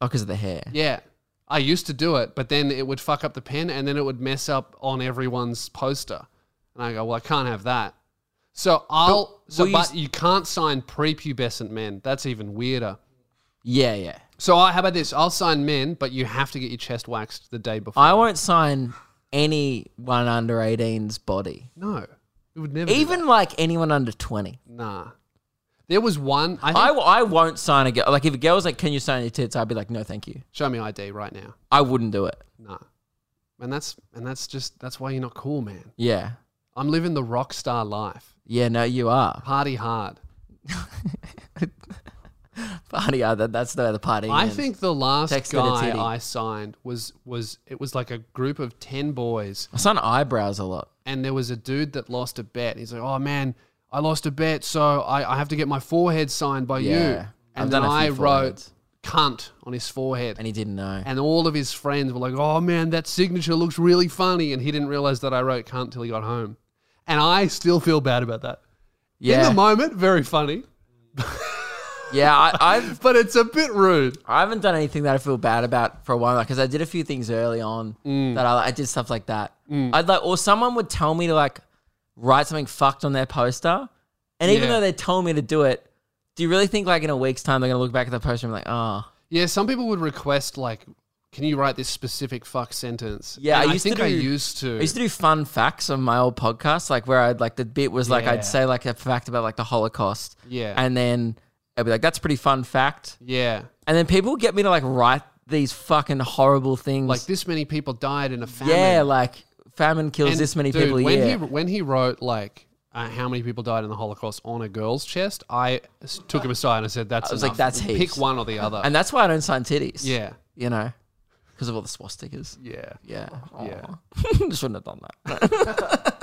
Oh, because of the hair.
Yeah. I used to do it, but then it would fuck up the pen and then it would mess up on everyone's poster. And I go, well, I can't have that. So I'll. so,
will you
but
s-
you can't sign prepubescent men. That's even weirder.
Yeah, yeah.
So I, how about this? I'll sign men, but you have to get your chest waxed the day before.
I won't sign anyone under 18's body.
no, it would never. do
Even like anyone under 20.
that. nah. There was one. I, think,
I, I won't sign a girl. Like, if a girl's like, can you sign your tits? I'd be like, no, thank you.
show me ID right now.
I wouldn't do it.
Nah. And that's and that's just that's why you're not cool, man.
Yeah.
I'm living the rock star life.
Yeah, no, you are.
Party hard.
Party, yeah, that, that's the, the party.
I
ends.
think the last
Text it a
guy
titty.
I signed was was it was like a group of ten boys,
I sign eyebrows a lot.
and there was a dude that lost a bet. He's like, "Oh man, I lost a bet, so I, I have to get my forehead signed by you."
Yeah. I've
And
done
then
a few
I wrote
foreheads.
"cunt" on his forehead,
And he didn't know.
and all of his friends were like, "Oh man, that signature looks really funny," and he didn't realize that I wrote "cunt" till he got home, and I still feel bad about that. In
yeah.
the moment, very funny,
yeah, I, I've,
but it's a bit rude.
I haven't done anything that I feel bad about for a while because I did a few things early on
Mm.
that I, I did stuff like that. I'd like, or someone would tell me to like write something fucked on their poster. And even
Yeah.
though they told me to do it, do you really think like in a week's time they're going to look back at the poster and be like, oh,
Yeah, some people would request like, "Can you write this specific fuck sentence?"
Yeah,
And
I
I,
used to
think I
do-
used to.
I used to do fun facts on my old podcast, like where I'd like the bit was like
Yeah.
I'd say like a fact about like the Holocaust.
Yeah.
And then I'd be like, that's a pretty fun fact.
yeah,
And then people would get me to like write these fucking horrible things.
like this many people died in a famine.
Yeah, like famine kills
And,
this many
dude,
people a
When
year.
he when he wrote like uh, how many people died in the Holocaust on a girl's chest, I s- took him aside and I said, "That's
was like,
enough.
"That's
pick
heaps."
one or the other."
and that's why I don't sign titties.
yeah,
You know, because of all the swastikas.
yeah,
Yeah.
Yeah.
Aw. Just wouldn't have done that.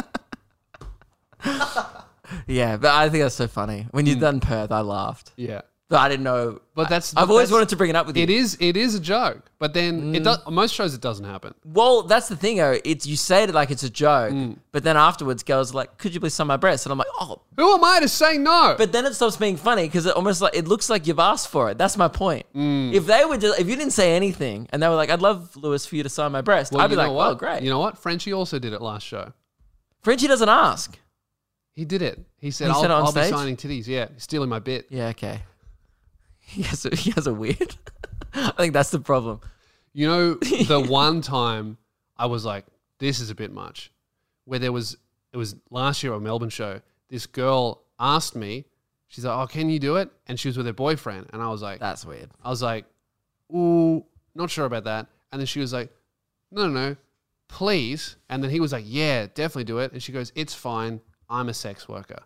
yeah, but I think that's so funny. When you done Perth, I laughed.
yeah.
that I didn't know.
Mm. But that's-
I, have
but
always
that's-
wanted to bring it up with you.
It is it is a joke, but then it does,
Mm.
most shows it doesn't happen.
Well, that's the thing, though. It's you say it like it's a joke,
Mm.
but then afterwards, girls are like, "Could you please sign my breast?" And I'm like, "Oh."
Who am I to say no?
But then it stops being funny because it almost like it looks like you've asked for it. That's my point.
Mm.
If they were just, if you didn't say anything and they were like, "I'd love Lewis for you to sign my breast,"
Well,
I'd be
you know
like,
what?
"Oh, great."
You know what? Frenchie also did it last show.
Frenchie doesn't ask.
He did it. He said,
He
"I'll,
said it on
I'll be
stage?
signing titties." Yeah, stealing my bit.
Yeah, okay. He has a, he has a weird. I think that's the problem.
You know, the one time I was like, this is a bit much. Where there was, it was last year at a Melbourne show, this girl asked me, she's like, oh, can you do it? And she was with her boyfriend. And I was like,
That's weird.
I was like, ooh, not sure about that. And then she was like, no, no, no, please. And then he was like, yeah, definitely do it. And she goes, it's fine. I'm a sex worker.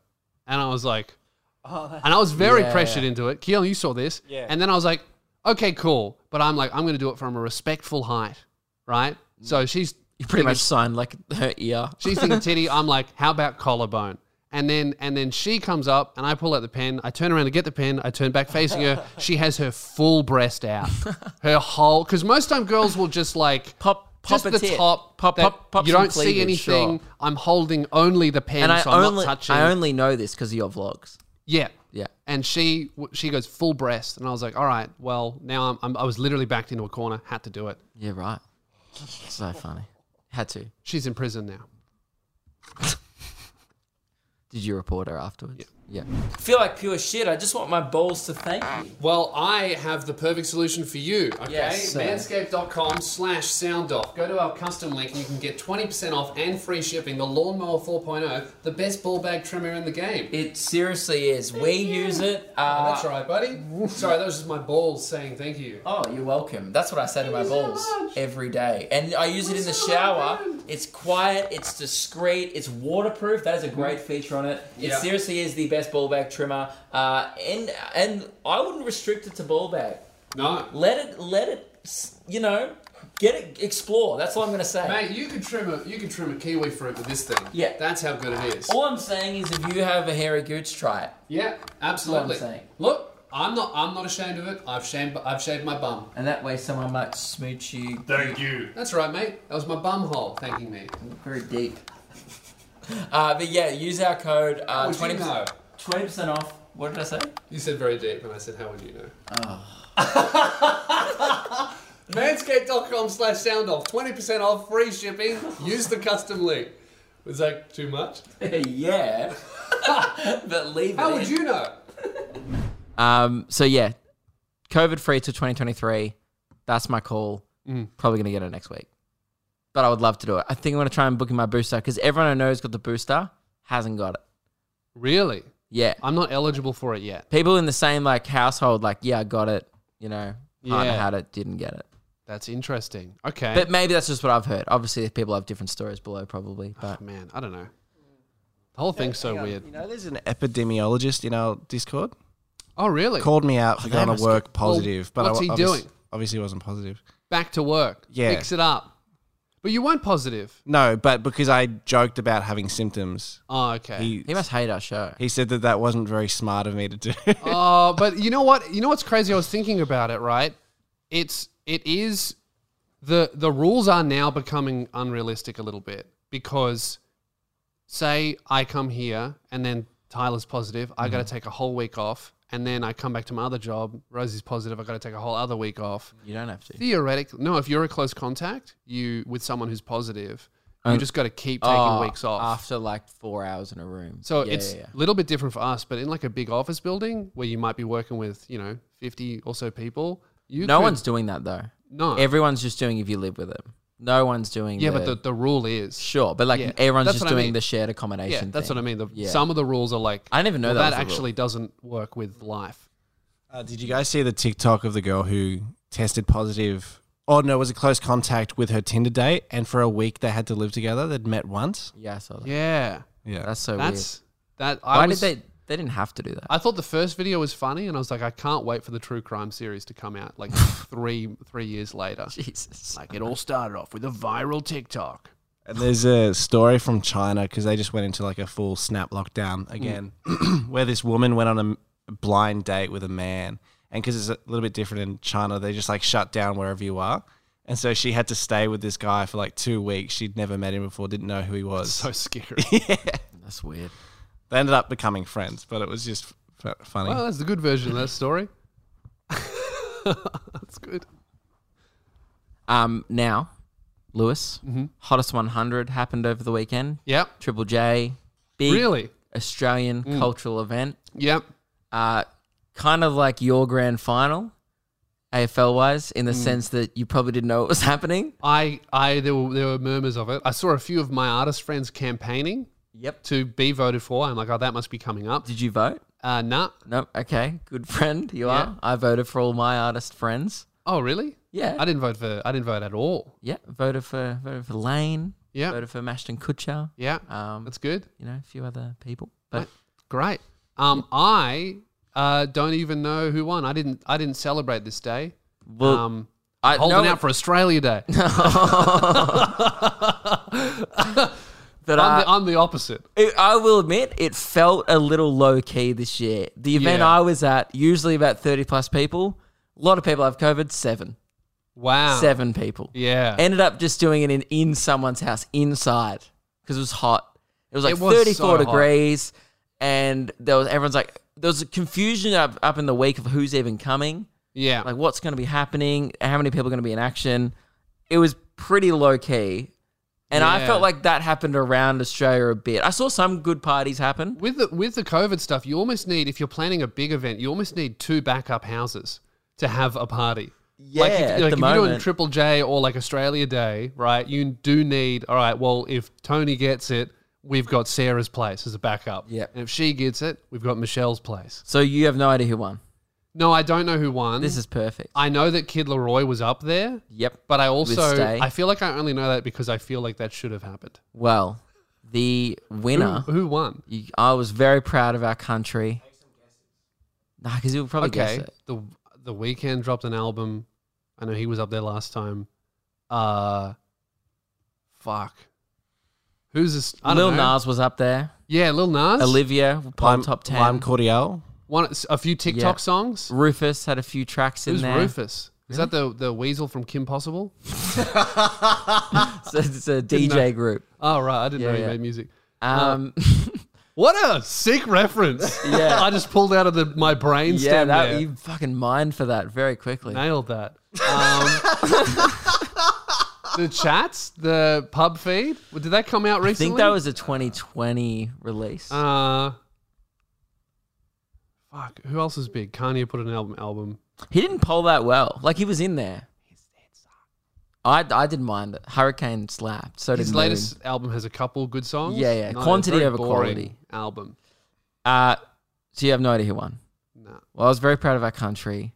And I was like, and I was very
Oh, Yeah.
pressured into it. Keelan, you saw this.
Yeah.
And then I was like, okay, cool. But I'm like, I'm going to do it from a respectful height, right? So she's
You pretty much signed like her ear.
She's thinking titty. I'm like, how about collarbone? And then and then she comes up and I pull out the pen. I turn around to get the pen. I turn back facing her. She has her full breast out, her whole. Because most time girls will just like
Pop- pop
just
a
the
tit.
top.
Pop-
that
pop- pop
You
some
don't see
cleavage,
anything.
sure.
I'm holding only the pen,
And I
so I'm
only
not touching.
I only know this because of your vlogs.
yeah.
Yeah.
And she w- she goes full breast, and I was like, all right, well now I'm, I'm I was literally backed into a corner, had to do it.
Yeah, right. So funny. Had to.
She's in prison now.
Did you report her afterwards? Yeah. I feel like pure shit. I just want my balls to thank you.
Well, I have the perfect solution for you. Okay,
Yes, sir.
manscaped.com slash sound off. Go to our custom link and you can get 20% off and free shipping. The Lawnmower 4.0, the best ball bag trimmer in the game.
It seriously is. we use it. Uh,
That's right, buddy. Sorry, that was just my balls saying thank you.
Oh, you're welcome. That's what I say to my
you so
balls
much.
every day. And I use it in the
so
shower.
welcome.
It's quiet, it's discreet, it's waterproof. That is a great feature on it. It
Yeah.
seriously is the best ball bag trimmer. Uh, and and I wouldn't restrict it to ball bag.
No.
Let it let it you know, get it explore. That's all I'm going to say.
Mate, you could trim a you could trim a kiwi fruit with this thing.
Yeah.
That's how good it is.
All I'm saying is if you have a hairy gooch, try it.
Yeah, absolutely.
That's what I'm saying.
Look, I'm not I'm not ashamed of it. I've shaved I've shaved my bum.
And that way someone might smooch you
Thank you.
That's right, mate. That was my bum hole thanking me.
very deep. Uh, but yeah, use our code uh,
How would you
20%,
know?
20% off. What did I say?
You said very deep, and I said, How would you know? Ah. Manscaped.com slash sound off, 20% off, free shipping. Use the custom link. Was that too much?
yeah, but leave
How would you know?
Um. So yeah, COVID free to 2023. That's my call. Probably gonna get it next week, but I would love to do it. I think I'm gonna try and book in my booster because everyone I know who's got the booster hasn't got it.
Really?
Yeah,
I'm not eligible for it yet.
people in the same like household, like yeah, I got it. You know, partner
Yeah.
had it, didn't get it.
That's interesting. Okay.
But maybe that's just what I've heard. Obviously, people have different stories below, probably. But
Ah, Man, I don't know. The whole thing's so weird.
You know, there's an epidemiologist in our Discord
Oh, really?
called me out for going to
must
work positive, but
what's
I,
he
obviously,
doing?
Obviously, wasn't positive.
Back to work.
Yeah.
Fix it up. But you weren't positive.
No, but because I joked about having symptoms,
Oh, okay.
he
he must hate our show.
he said that that wasn't very smart of me to do.
Oh, but you know what? You know what's crazy? I was thinking about it. Right? It's it is the the rules are now becoming unrealistic a little bit because say I come here and then Tyler's positive, I got to take a whole week off, and then I come back to my other job. Rosie's positive, I got to take a whole other week off.
You don't have to.
Theoretically, no. If you're a close contact, you with someone who's positive, you just got to keep taking
Oh,
weeks off.
after like four hours in a room.
So
Yeah,
it's a
yeah, yeah.
little bit different for us, but in like a big office building where you might be working with, you know, 50 or so people, you
no
could-
one's doing that though.
No.
Everyone's just doing if you live with them. No one's doing.
yeah, but the, the rule is.
sure, but like
Yeah,
everyone's
that's
just
what I
doing
mean.
the shared accommodation.
Yeah, that's
thing.
what I mean. The,
Yeah.
Some of the rules are like
I didn't even know
well,
that
that,
was a rule.
actually doesn't work with life.
Uh, did you guys see the TikTok of the girl who tested positive? Oh no, it was a close contact with her Tinder date, and for a week they had to live together. They'd met once.
Yeah, I saw that.
Yeah,
Yeah,
That's so
that's that. I
weird. Why
was-
did they? They didn't have to do that.
I thought the first video was funny, and I was like, I can't wait for the true crime series to come out like three three years later.
Jesus.
Like it all started off with a viral TikTok.
And there's a story from China because they just went into like a full snap lockdown again, where this woman went on a blind date with a man. And because it's a little bit different in China, they just like shut down wherever you are. And so she had to stay with this guy for like two weeks. She'd never met him before, didn't know who he was.
So scary.
That's weird.
they ended up becoming friends, but it was just f- funny.
Well, Oh, that's the good version of that story. that's good.
Um, now, Lewis,
Mm-hmm.
hottest 100 happened over the weekend.
Yep.
Triple J, big
Really? Mm.
Australian cultural event.
Yep.
Uh, kind of like your grand final, AFL wise, in the
Hmm.
sense that you probably didn't know what was happening.
I, I, there were, there were murmurs of it. I saw a few of my artist friends campaigning
Yep.
to be voted for. I'm like, oh, that must be coming up.
Did you vote?
Uh, nah.
No. Okay. Good friend. You
Yeah.
are. I voted for all my artist friends.
Oh, really?
Yeah.
I didn't vote for. I didn't vote at all.
yeah. Voted for voted for Lane.
Yeah.
Voted for Mashton Kutcher.
Yeah.
Um,
that's good.
you know, a few other people. But
Great. Um, I uh, don't even know who won. I didn't. I didn't celebrate this day.
well,
Um,
I
holding
no,
out for Australia Day.
that
I'm,
I,
the, I'm the opposite.
it- I will admit it felt a little low key this year. The event
Yeah.
I was at, usually about thirty plus people. A lot of people have COVID. Seven,
Wow.
seven people.
Yeah.
Ended up just doing it in, in someone's house inside because it was hot. It was like
It was
34
so hot.
degrees, and there was everyone's like there was a confusion up, up in the week of who's even coming,
yeah.
like what's going to be happening, how many people are going to be in action. It was pretty low key, and I
Yeah.
felt like that happened around Australia a bit. I saw some good parties happen.
with the with the COVID stuff, you almost need if you're planning a big event, you almost need two backup houses to have a party. like if,
Yeah, at
like
the
if you're doing
moment.
Triple J or like Australia Day, right? You do need all right. Well, if Tony gets it, we've got Sarah's place as a backup.
Yep.
and if she gets it, we've got Michelle's place.
So you have no idea who won.
No, I don't know who won.
This is perfect.
I know that Kid Leroy was up there,
Yep.
but I also
Stay.
I feel like I only know that because I feel like that should have happened.
Well, the
Who,
winner.
who won?
You, I was very proud of our country. Nah, because you'll probably
okay.
guess it.
The the weekend dropped an album. I know he was up there last time. Uh fuck. Who's this? I
Lil
don't know.
Nas was up there.
Yeah, Lil Nas.
Olivia,
Lime-
pop top ten.
Lime Cordial.
One, a few TikTok
Yeah.
songs.
Rufus had a few tracks in
Who's
there.
Rufus? Is that the the weasel from Kim Possible?
So it's a DJ group.
Oh right, I didn't
Yeah,
know he
yeah.
made music.
Um,
What a sick reference!
Yeah.
I just pulled out of the my brain
yeah,
stem
that,
there.
you fucking mined for that very quickly.
Nailed that. Um, the chats, the pub feed. Did that come out
I
recently?
think that was a 2020 release.
Uh, fuck. Who else is big? Kanye put an album. Album.
he didn't poll that well. Like he was in there. I, I didn't mind it. Hurricane slapped. So did
His
Moon.
latest album has a couple good songs.
Yeah, yeah.
Not a
Quantity
very
over
boring
quality.
Album.
Uh, so you have no idea who won.
No.
Well, I was very proud of our country.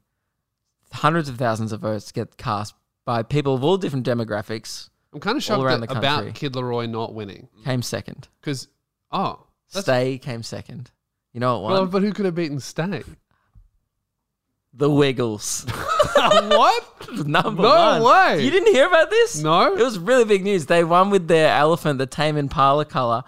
Hundreds of thousands of votes get cast by people of all different demographics.
I'm kind of shocked
around
that,
the
about
country.
Kid Leroy not winning
Came second.
because oh, that's,
Stay came second. You know what won?
well, but who could have beaten Stay?
the Wiggles.
what?
Number
No
one.
way.
You didn't hear about this?
No.
It was really big news. They won with their elephant, the Tame Impala color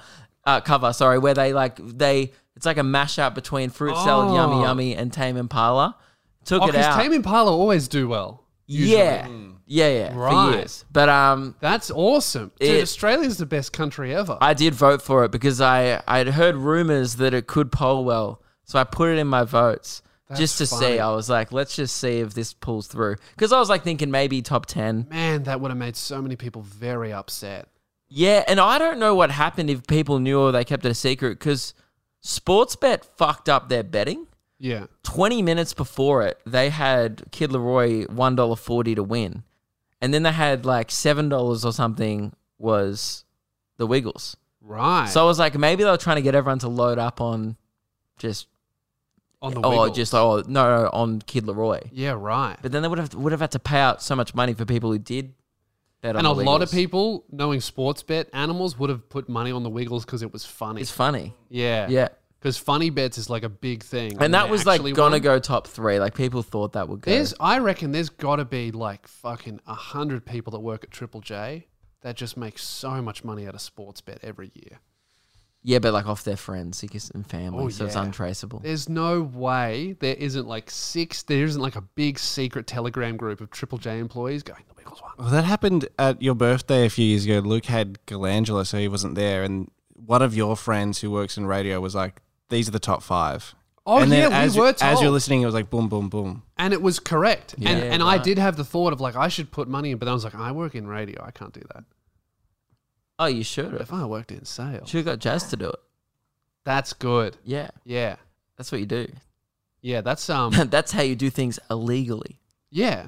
uh, cover. Sorry, where they like they it's like a mashup between Fruit Salad, Yummy
Oh.
Yummy, and Tame Impala. Took
Oh,
it
because
out.
Tame Impala always do well. usually.
yeah. yeah, yeah,
Right.
for years. But um,
That's awesome. Dude,
It-
Australia's the best country ever.
I did vote for it because I I'd heard rumors that it could poll well, so I put it in my votes just to
funny.
see. I was like, let's just see if this pulls through because I was like thinking maybe top ten.
Man, that would have made so many people very upset.
Yeah, and I don't know what happened if people knew or they kept it a secret because Sportsbet fucked up their betting.
Yeah.
20 minutes before it, they had Kid Leroy $1.40 to win. And then they had like $7 or something was the Wiggles.
Right.
So I was like, maybe they were trying to get everyone to load up on just
on the
oh,
Wiggles.
just oh no, no, on Kid Leroy.
yeah, right.
But then they would have would have had to pay out so much money for people who did. Bet
And a
on the
lot of
Wiggles.
people knowing sports bet animals would have put money on the Wiggles because it was funny.
It's funny,
yeah,
yeah.
Because funny bets is like a big thing,
And that
they
was like
actually
gonna
won.
go top three. Like people thought that would go.
There's, I reckon, there's got to be like fucking a hundred people that work at Triple J that just make so much money out of sports bet every year.
Yeah, but like off their friends because- and family,
Oh,
so it's
yeah.
untraceable.
There's no way there isn't like six, there isn't like a big secret Telegram group of Triple J employees going, the Wiggles won.
Well, that happened at your birthday a few years ago. Luke had Galangelo, so he wasn't there. And one of your friends who works in radio was like, these are the top five.
Oh,
and
yeah,
then
we
as, you-
were
as you're
told.
listening, it was like, boom, boom, boom.
And it was correct.
Yeah.
and
Yeah,
and I
right.
did have the thought of like, I should put money in, but then I was like, I work in radio. I can't do that.
Oh, you should
But if
have.
I worked in sales,
Should have got Jazz to do it.
that's good.
Yeah,
Yeah.
that's what you do.
Yeah. That's, um,
that's how you do things illegally.
yeah.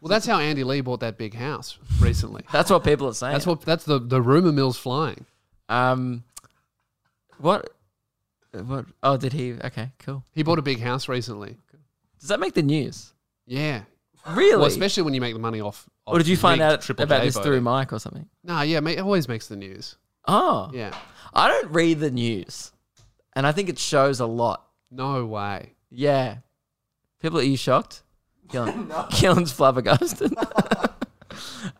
well, that's how Andy Lee bought that big house recently.
That's what people are saying.
That's what, that's the, the rumor mill's flying.
Um, what? What? Oh, did he? Okay, cool.
He bought a big house recently.
Does that make the news?
Yeah.
Really?
Well, especially when you make the money off. off
or did you find
rigged
out
Triple
about
J
this
voting.
through Mike or something?
No, yeah, mate, it always makes the news.
Oh,
Yeah.
I don't read the news, and I think it shows a lot.
No way.
Yeah, people are you shocked? Killen, Killen's flabbergasted.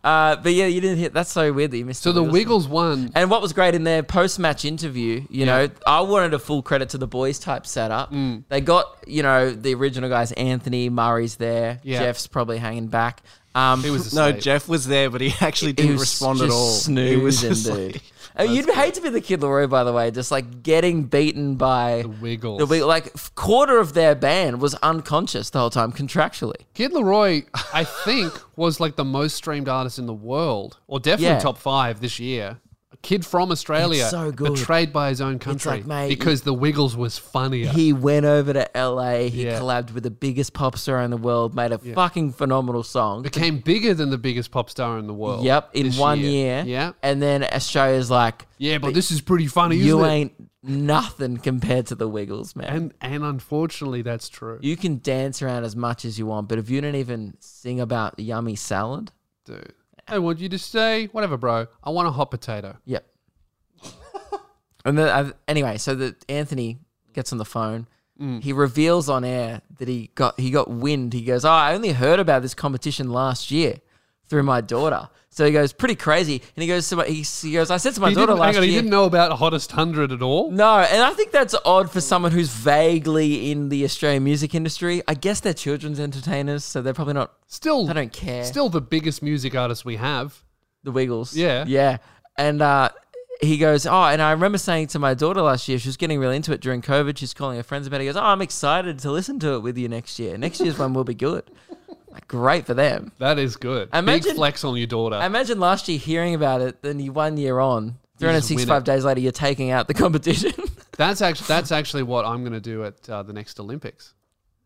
uh, but yeah, you didn't hear. That's so weird that you missed.
So the Wiggles won.
And what was great in their post-match interview, you know, I wanted a full credit to the boys type setup.
Mm.
They got, you know, the original guys. Anthony Murray's there.
Yeah.
Jeff's probably hanging back. Um,
He was
No,
asleep.
Jeff was there, but he actually
he
didn't
was
respond at
just
all. He
Snoozing,
was asleep.
dude. Uh, you'd hate to be the Kid Laroi, by the way, just like getting beaten by
the Wiggles.
the week. Like f- quarter of their band was unconscious the whole time contractually.
Kid Leroy, I think, was like the most streamed artist in the world, or definitely
Yeah.
top five this year. A kid from Australia,
It's so good.
betrayed by his own country
like, mate,
because the Wiggles was funnier.
He went over to LA. He
Yeah.
collabed with the biggest pop star in the world, made a fucking phenomenal song.
Became bigger than the biggest pop star in the world.
Yep, in
this
one year.
Yeah,
And then Australia's like,
yeah, but this is pretty funny.
you
isn't it?
ain't nothing compared to the Wiggles, man.
And and unfortunately, that's true,
you can dance around as much as you want, but if you don't even sing about yummy salad,
dude. I want you to say whatever, bro. I want a hot potato.
yep. and then, uh, anyway, so the Anthony gets on the phone.
Mm.
He reveals on air that he got he got wind. He goes, "Oh, I only heard about this competition last year through my daughter." So he goes, "Pretty crazy." And he goes, to my, he, he goes, "I said to my
He
daughter
didn't, hang
last
on,
year."
he didn't know about hottest hundred at all.
No, and I think that's odd for someone who's vaguely in the Australian music industry. I guess they're children's entertainers, so they're probably not
Still,
I don't care.
Still the biggest music artist we have.
the Wiggles.
Yeah.
Yeah. And uh, he goes, Oh, and I remember saying to my daughter last year, she was getting really into it during COVID. She's calling her friends about it. He goes, Oh, I'm excited to listen to it with you next year. Next year's one will be good. Like, great for them.
That is good. Big
Imagine-
flex on your daughter.
I imagine last year hearing about it, then you one year on,
just win
365
it.
days later, you're taking out the competition.
that's actually that's actually what I'm going to do at uh, the next Olympics.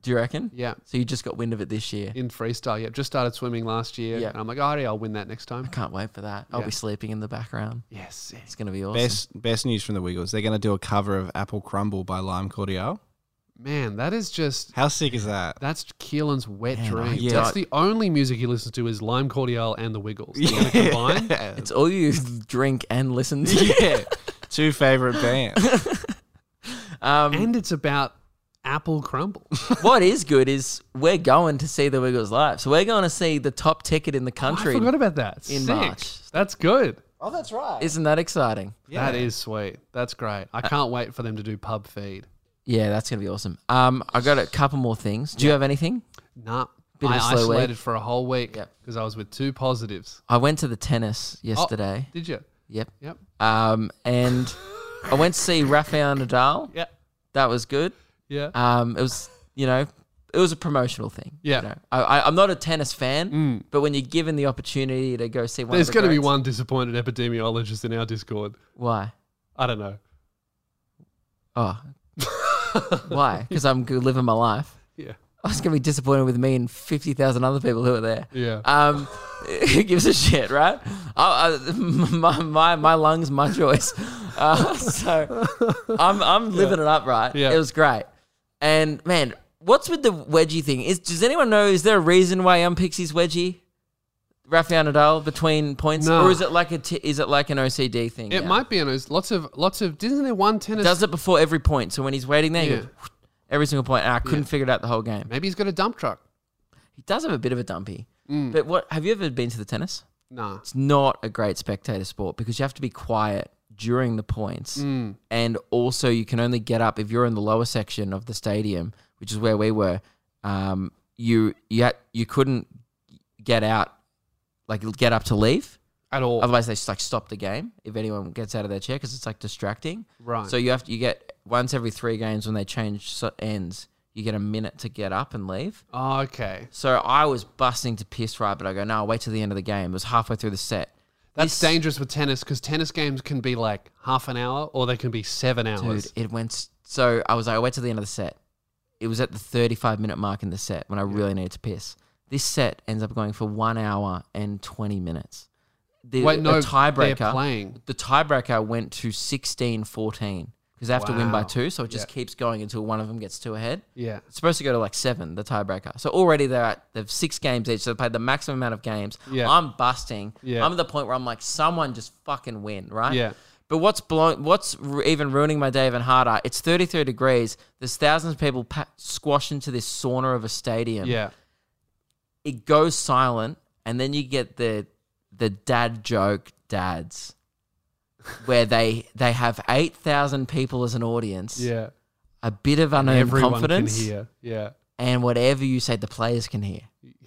Do you reckon?
Yeah,
So you just got wind of it this year.
in freestyle. Yeah, just started swimming last year,
Yeah.
and I'm like, oh, yeah, I'll win that next time.
Can't wait for that. I'll
Yeah.
be sleeping in the background.
Yes, yes.
It's gonna be awesome.
Best, best news from the Wiggles. They're going to do a cover of Apple Crumble by Lime Cordial.
man, that is just
How sick is that?
that's Keelan's wet
Man, I
dream.
Yeah.
That's the only music he listens to is Lime Cordial and The Wiggles. They're gonna combine.
It's all you drink and listen to.
yeah. Two favorite bands.
Um,
and it's about apple crumble.
what is good is we're going to see the Wiggles live, so we're going to see the top ticket in the
Oh, I
country.
forgot about that.
In
Sick.
March.
That's good.
Oh, that's right.
Isn't that exciting?
That is sweet. That's great.
Uh,
I can't wait for them to do pub feed.
Yeah, that's gonna be awesome. Um, I got a couple more things. Do you have anything?
Nah.
Bit of
I
a slow
isolated
week.
for a whole week because
Yep.
I was with two positives.
I went to the tennis
Oh,
yesterday.
did you?
Yep.
Yep.
Um, and I went to see Rafael Nadal.
Yeah.
That was good.
Yeah.
Um, it was you know, it was a promotional thing.
Yeah. Mm.
you know. I, I, I'm not a tennis fan, but when you're given the opportunity to go see one,
There's
going to
be one disappointed epidemiologist in our Discord.
Why?
I don't know.
Oh, why? Because I'm good living my life.
Yeah.
I was gonna be disappointed with me and fifty thousand other people who are there.
Yeah.
Um, who gives a shit, right? I, I, my, my my lungs, my choice. Uh, so I'm I'm living it up, right?
Yeah.
It was great. And man, what's with the wedgie thing? Is does anyone know? Is there a reason why Young Pixie's wedgie? Rafael Nadal between points,
No.
or is it like a t- is it like an OCD thing?
it
now?
might be on those lots of lots of isn't there one tennis
does it before every point. So when he's waiting there, he
Yeah.
goes, every single point. And I couldn't figure it out the whole game.
maybe he's got a dump truck.
He does have a bit of a dumpy.
Mm.
But what have you ever been to the tennis?
Nah.
It's not a great spectator sport because you have to be quiet during the points.
Mm.
And also, you can only get up if you're in the lower section of the stadium, which is where we were. Um, you you had, you couldn't get out, like get up to leave.
at all.
Otherwise, they just like stop the game if anyone gets out of their chair because it's like distracting.
Right.
So you have to you get once every three games when they change so- ends, you get a minute to get up and leave.
Oh, okay,
So I was busting to piss right, but I go no, I'll wait till the end of the game. It was halfway through the set.
that's
This-
dangerous with tennis because tennis games can be like half an hour or they can be seven hours.
Dude, it went. s- So I was like, I wait till the end of the set. It was at the 35 minute mark in the set when I really needed to piss. This set ends up going for one hour and 20 minutes. The,
Wait,
a
no, they're
tiebreaker.
playing.
The tiebreaker went to 16 14 because they have to win by
Wow.
two. So it just keeps going until one of them gets two ahead.
Yeah,
It's supposed to go to like seven, the tiebreaker. So already they're at they've six games each. So they played the maximum amount of games.
Yeah.
I'm busting.
Yeah.
I'm at the point where I'm like, someone just fucking win, right?
Yeah.
But what's blowing, what's r- even ruining my day even harder? It's 33 degrees. There's thousands of people pa- squash into this sauna of a stadium.
yeah.
It goes silent, and then you get the the dad joke dads, where they they have 8,000 people as an audience.
Yeah.
A bit of unknown
Everyone
confidence
can hear. Yeah.
and whatever you say, the players can hear.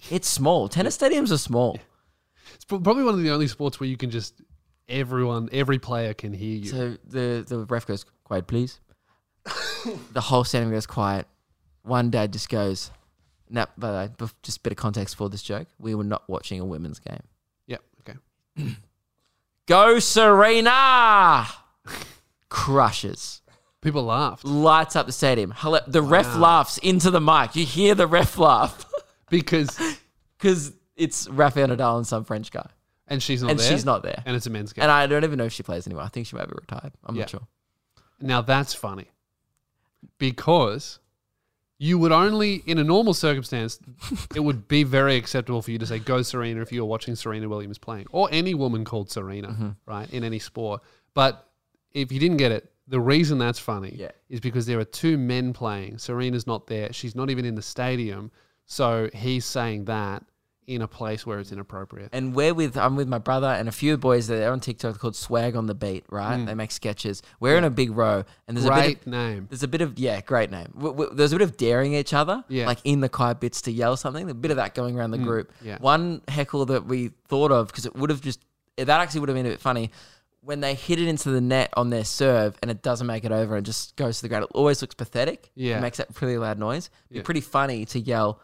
It's small. Tennis stadiums are small.
It's pro- probably one of the only sports where you can just everyone, every player can hear you.
So the, the ref goes, quiet, please. the whole stadium goes quiet. One dad just goes, nah, by the way, bef- just a bit of context for this joke. We were not watching a women's game.
yep. Okay.
Go Serena! Crushes.
People laughed
Lights up the stadium. Hello- The ref laughs into the mic. You hear the ref laugh
because,
because it's Rafael Nadal and some French guy.
and she's not
And
there.
she's not there.
And it's a men's game.
And I don't even know if she plays anymore. I think she might be retired. I'm
Yeah.
not sure.
Now that's funny because you would only, in a normal circumstance, it would be very acceptable for you to say "Go Serena" if you were watching Serena Williams playing, or any woman called Serena,
Mm-hmm.
right, in any sport. But if you didn't get it, the reason that's funny
Yeah.
is because there are two men playing. Serena's not there; she's not even in the stadium, so he's saying that in a place where it's inappropriate.
And we're with I'm with my brother and a few boys that are on TikTok called Swag on the Beat, right? They make sketches. We're in a big row, and there's a bit
Hmm. Great
of,
name.
there's a bit of yeah, great name. W- w- there's a bit of daring each other,
Yeah. Mm,
like in the quiet bits to yell something. A bit of that going around the group.
yeah.
One heckle that we thought of because it would have just that actually would have been a bit funny when they hit it into the net on their serve and it doesn't make it over and just goes to the ground. It always looks pathetic.
Yeah.
it makes that pretty loud noise. It'd
Yeah.
Be pretty funny to yell.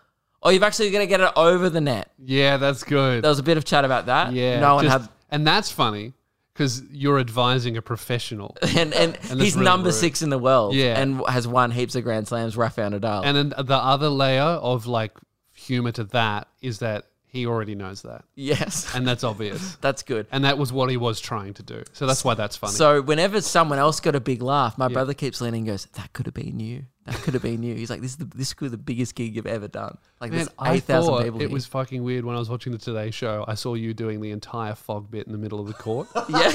Oh, you've actually going to get it over the net.
Yeah, that's good.
There was a bit of chat about that.
Yeah.
No one
just-
had.
And that's funny because you're advising a professional.
And, and,
And that's
he's
really
number
rude.
six in the world
Yeah.
and has won heaps of Grand Slams, Rafael Nadal.
and then the other layer of like humor to that is that he already knows that.
yes.
And that's obvious.
that's good.
and that was what he was trying to do. So that's why that's funny.
So whenever someone else got a big laugh, my brother keeps leaning and goes, That could have been you. That could have been you. He's like, This is the, this could be the biggest gig you've ever done. Like
Man,
there's
I
eight thousand
thought
people.
it
here.
was fucking weird when I was watching the Today Show. I saw you doing the entire fog bit in the middle of the court.
Yeah.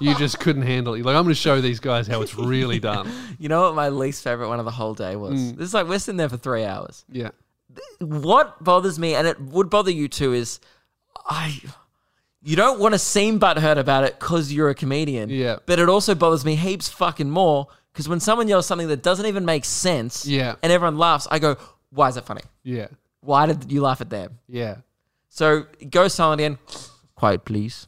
you just couldn't handle it. You're Like I'm going to show these guys how it's really done.
you know what my least favorite one of the whole day was?
Mm.
This is like we're sitting there for three hours.
Yeah,
what bothers me, and it would bother you too, is I. You don't want to seem butthurt about it because you're a comedian.
Yeah.
But it also bothers me heaps fucking more because when someone yells something that doesn't even make sense
Yeah.
and everyone laughs, I go, why is it funny?
yeah,
Why did you laugh at them?
yeah.
So go silent again. Quiet, please.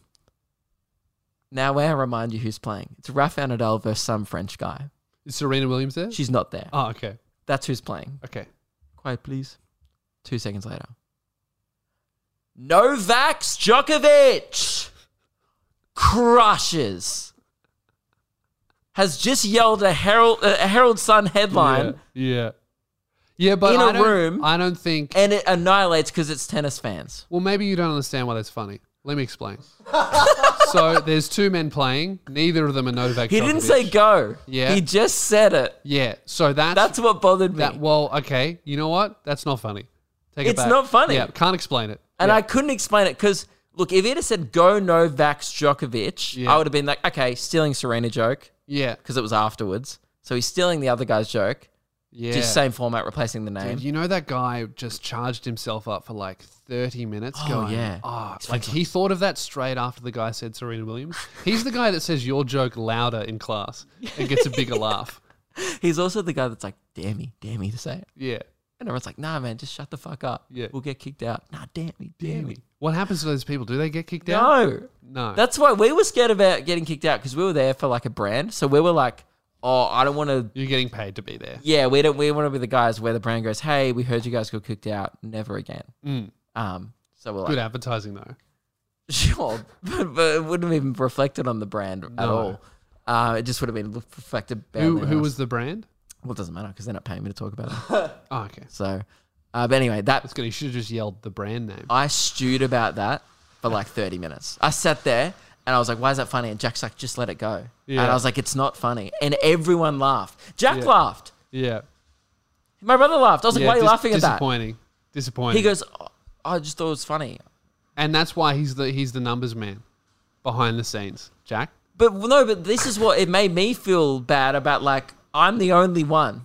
Now, where I remind you who's playing. It's Rafael Nadal versus some French guy.
Is Serena Williams there?
She's not there.
oh, okay,
That's who's playing.
okay.
Quiet, please. Two seconds later. Novak Djokovic crushes. Has just yelled a Herald, a Herald Sun headline
Yeah, yeah, Yeah, But
In
I
a
don't-
room-
I don't think
and it annihilates because it's tennis fans.
Well, maybe you don't understand why that's funny. Let me explain. so there's two men playing. Neither of them are Novak.
He didn't
Djokovic.
say go.
Yeah.
He just said it.
Yeah. So that's,
That's what bothered me.
that. Well, okay. You know what? That's not funny. Take it
It's
back.
not funny.
Yeah. Can't explain it.
and
Yeah.
I couldn't explain it because, look, if it had said go Novak Djokovic,
Yeah.
I would have been like, okay, stealing Serena joke.
yeah.
because it was afterwards. So he's stealing the other guy's joke.
Yeah.
Just same format, replacing the name.
Dude, you know that guy just charged himself up for like 30 minutes
Oh,
going,
yeah.
"Ah,"
It's
like he thought of that straight after the guy said Serena Williams. He's the guy that says your joke louder in class and gets a bigger laugh.
He's also the guy that's like, damn me, damn me to say it.
Yeah.
And everyone's like, nah, man, just shut the fuck up.
Yeah.
We'll get kicked out. Nah, damn me, damn me.
What happens to those people? Do they get kicked out?
No.
No.
That's why we were scared about getting kicked out because we were there for like a brand. So we were like, oh, I don't want to.
You're getting paid to be there.
Yeah, we don't. We want to be the guys where the brand goes, hey, we heard you guys got kicked out. Never again. Um. So we're like,
Mm. Good advertising though.
sure, but, but it wouldn't have even reflected on the brand at
No.
all. Uh, it just would have been reflected. badly
Who
on
who
us.
was the brand?
Well, it doesn't matter because they're not paying me to talk about it.
Oh, okay.
so, uh, but anyway, that
That's good. You should have just yelled the brand name.
I stewed about that for like 30 minutes. I sat there and I was like, why is that funny? And Jack's like, just let it go.
Yeah.
And I was like, it's not funny. And everyone laughed. Jack
Yeah.
laughed.
Yeah.
My brother laughed. I was like,
yeah
why are you
dis-
laughing at that?
Disappointing. Disappointing.
He goes, "Oh, I just thought it was funny.
and that's why he's the he's the numbers man behind the scenes. Jack.
But no, but this is what it made me feel bad about. Like, I'm the only one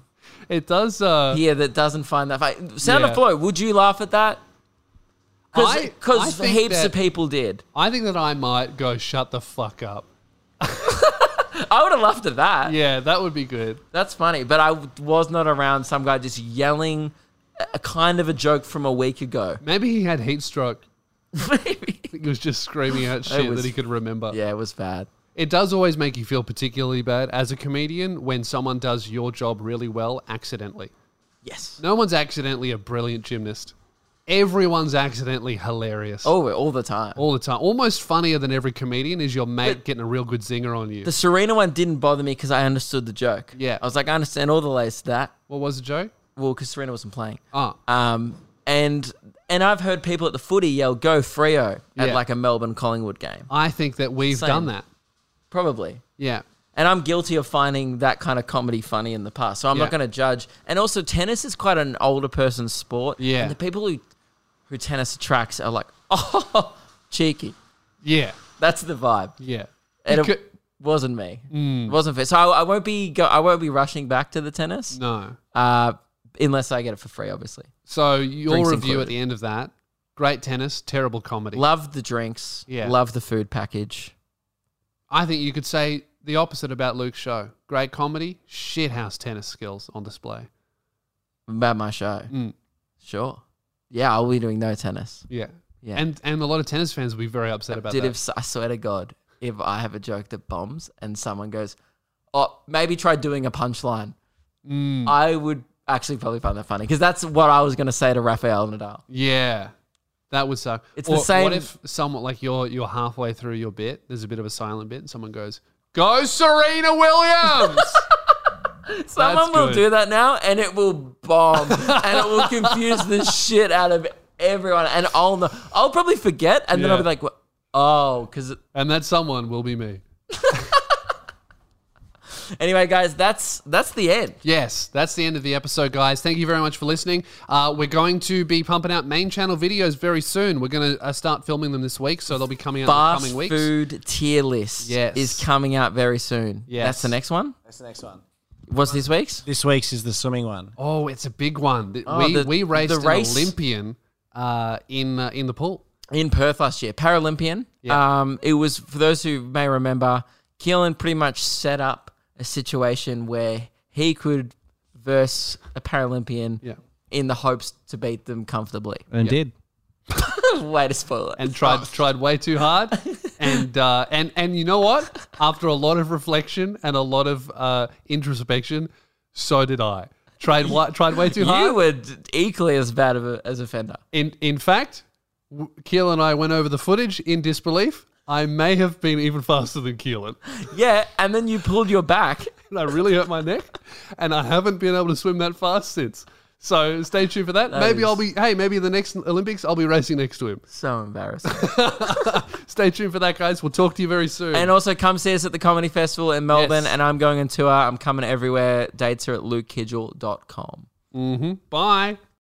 It does. Uh,
here that doesn't find that funny. Sound
Yeah.
of Flow, would you laugh at that?
I- I
Because
think
heaps
that-
of people did.
I think that I might go shut the fuck up.
I would have laughed at that.
Yeah, that would be good.
That's funny, but I w- was not around some guy just yelling a- a kind of a joke from a week ago.
Maybe he had heat stroke.
Maybe.
He was just screaming out shit
was-
that he could remember.
Yeah, it was bad.
It does always make you feel particularly bad as a comedian when someone does your job really well accidentally.
Yes.
No one's accidentally a brilliant gymnast. Everyone's accidentally hilarious.
Oh, all the time.
All the time. Almost funnier than every comedian is your mate getting a real good zinger on you.
The Serena one didn't bother me because I understood the joke.
Yeah.
I was like, I understand all the layers to that.
what was the joke?
Well, because Serena wasn't playing.
Ah,
Um, and and I've heard people at the footy yell "Go Frio" at
Yeah.
like a Melbourne Collingwood game.
I think that we've
Same.
done that.
Probably.
Yeah.
And I'm guilty of finding that kind of comedy funny in the past. So I'm
Yeah.
not going to judge. And also, tennis is quite an older person's sport.
Yeah.
And the people who, who tennis attracts are like, oh, cheeky.
Yeah.
That's the vibe.
Yeah.
And
You
it
could- mm,
wasn't me. It wasn't fair. So I, I won't be go, I won't be rushing back to the tennis
no.
uh, unless I get it for free, obviously.
So your
Drinks
review at
included.
the end of that: great tennis, terrible comedy.
Love the drinks.
Yeah.
Love the food package.
I think you could say the opposite about Luke's show: great comedy, shithouse tennis skills on display.
About my show.
Mm.
Sure. Yeah, I'll be doing no tennis.
Yeah.
Yeah.
And and a lot of tennis fans will be very upset about
Dude,
that.
if s- I swear to God, if I have a joke that bombs and someone goes, "Oh, maybe try doing a punchline,"
Mm.
I would actually probably find that funny because that's what I was going to say to Rafael Nadal.
yeah. That would suck.
It's the same-
What if someone like you're you're halfway through your bit, there's a bit of a silent bit, and someone goes, "Go Serena Williams."
Someone will
good.
do that now, and it will bomb, and it will confuse the shit out of everyone, and I'll know. I'll probably forget, and then I'll
Yeah.
be like, "Wha- "Oh," because
and that someone will be me.
anyway, guys, that's that's the end.
Yes, that's the end of the episode, guys. Thank you very much for listening. Uh, we're going to be pumping out main channel videos very soon. We're going to uh, start filming them this week, so they'll be coming out
Fast
in the coming weeks.
food tier list
Yes.
is coming out very soon.
Yes.
That's the next one.
That's the next one.
What's this week's?
This week's is the swimming one.
Oh, it's a big one. Th-
Oh,
we
the-
we raced
the race.
an Olympian uh, in uh, in the pool.
in Perth last year, Paralympian.
Yeah.
Um, it was for those who may remember, Keelan pretty much set up a situation where he could verse a Paralympian
Yeah.
in the hopes to beat them comfortably.
And did.
Way to spoil it.
And tried tried way too hard, and uh, and and you know what? After a lot of reflection and a lot of uh, introspection, so did I. Tried wa- tried way too hard.
you were d- equally as bad of a, as offender.
In in fact, w- Keelan and I went over the footage in disbelief. I may have been even faster than Keelan.
Yeah, and then you pulled your back.
And I really hurt my neck, and I haven't been able to swim that fast since. So stay tuned for that. maybe
is-
I'll be hey, maybe the next Olympics I'll be racing next to him.
So embarrassing.
Stay tuned for that, guys. We'll talk to you very soon.
and also come see us at the Comedy Festival in Melbourne.
Yes.
And I'm going on tour. I'm coming everywhere. Dates are at lukekidgel.com.
Bye.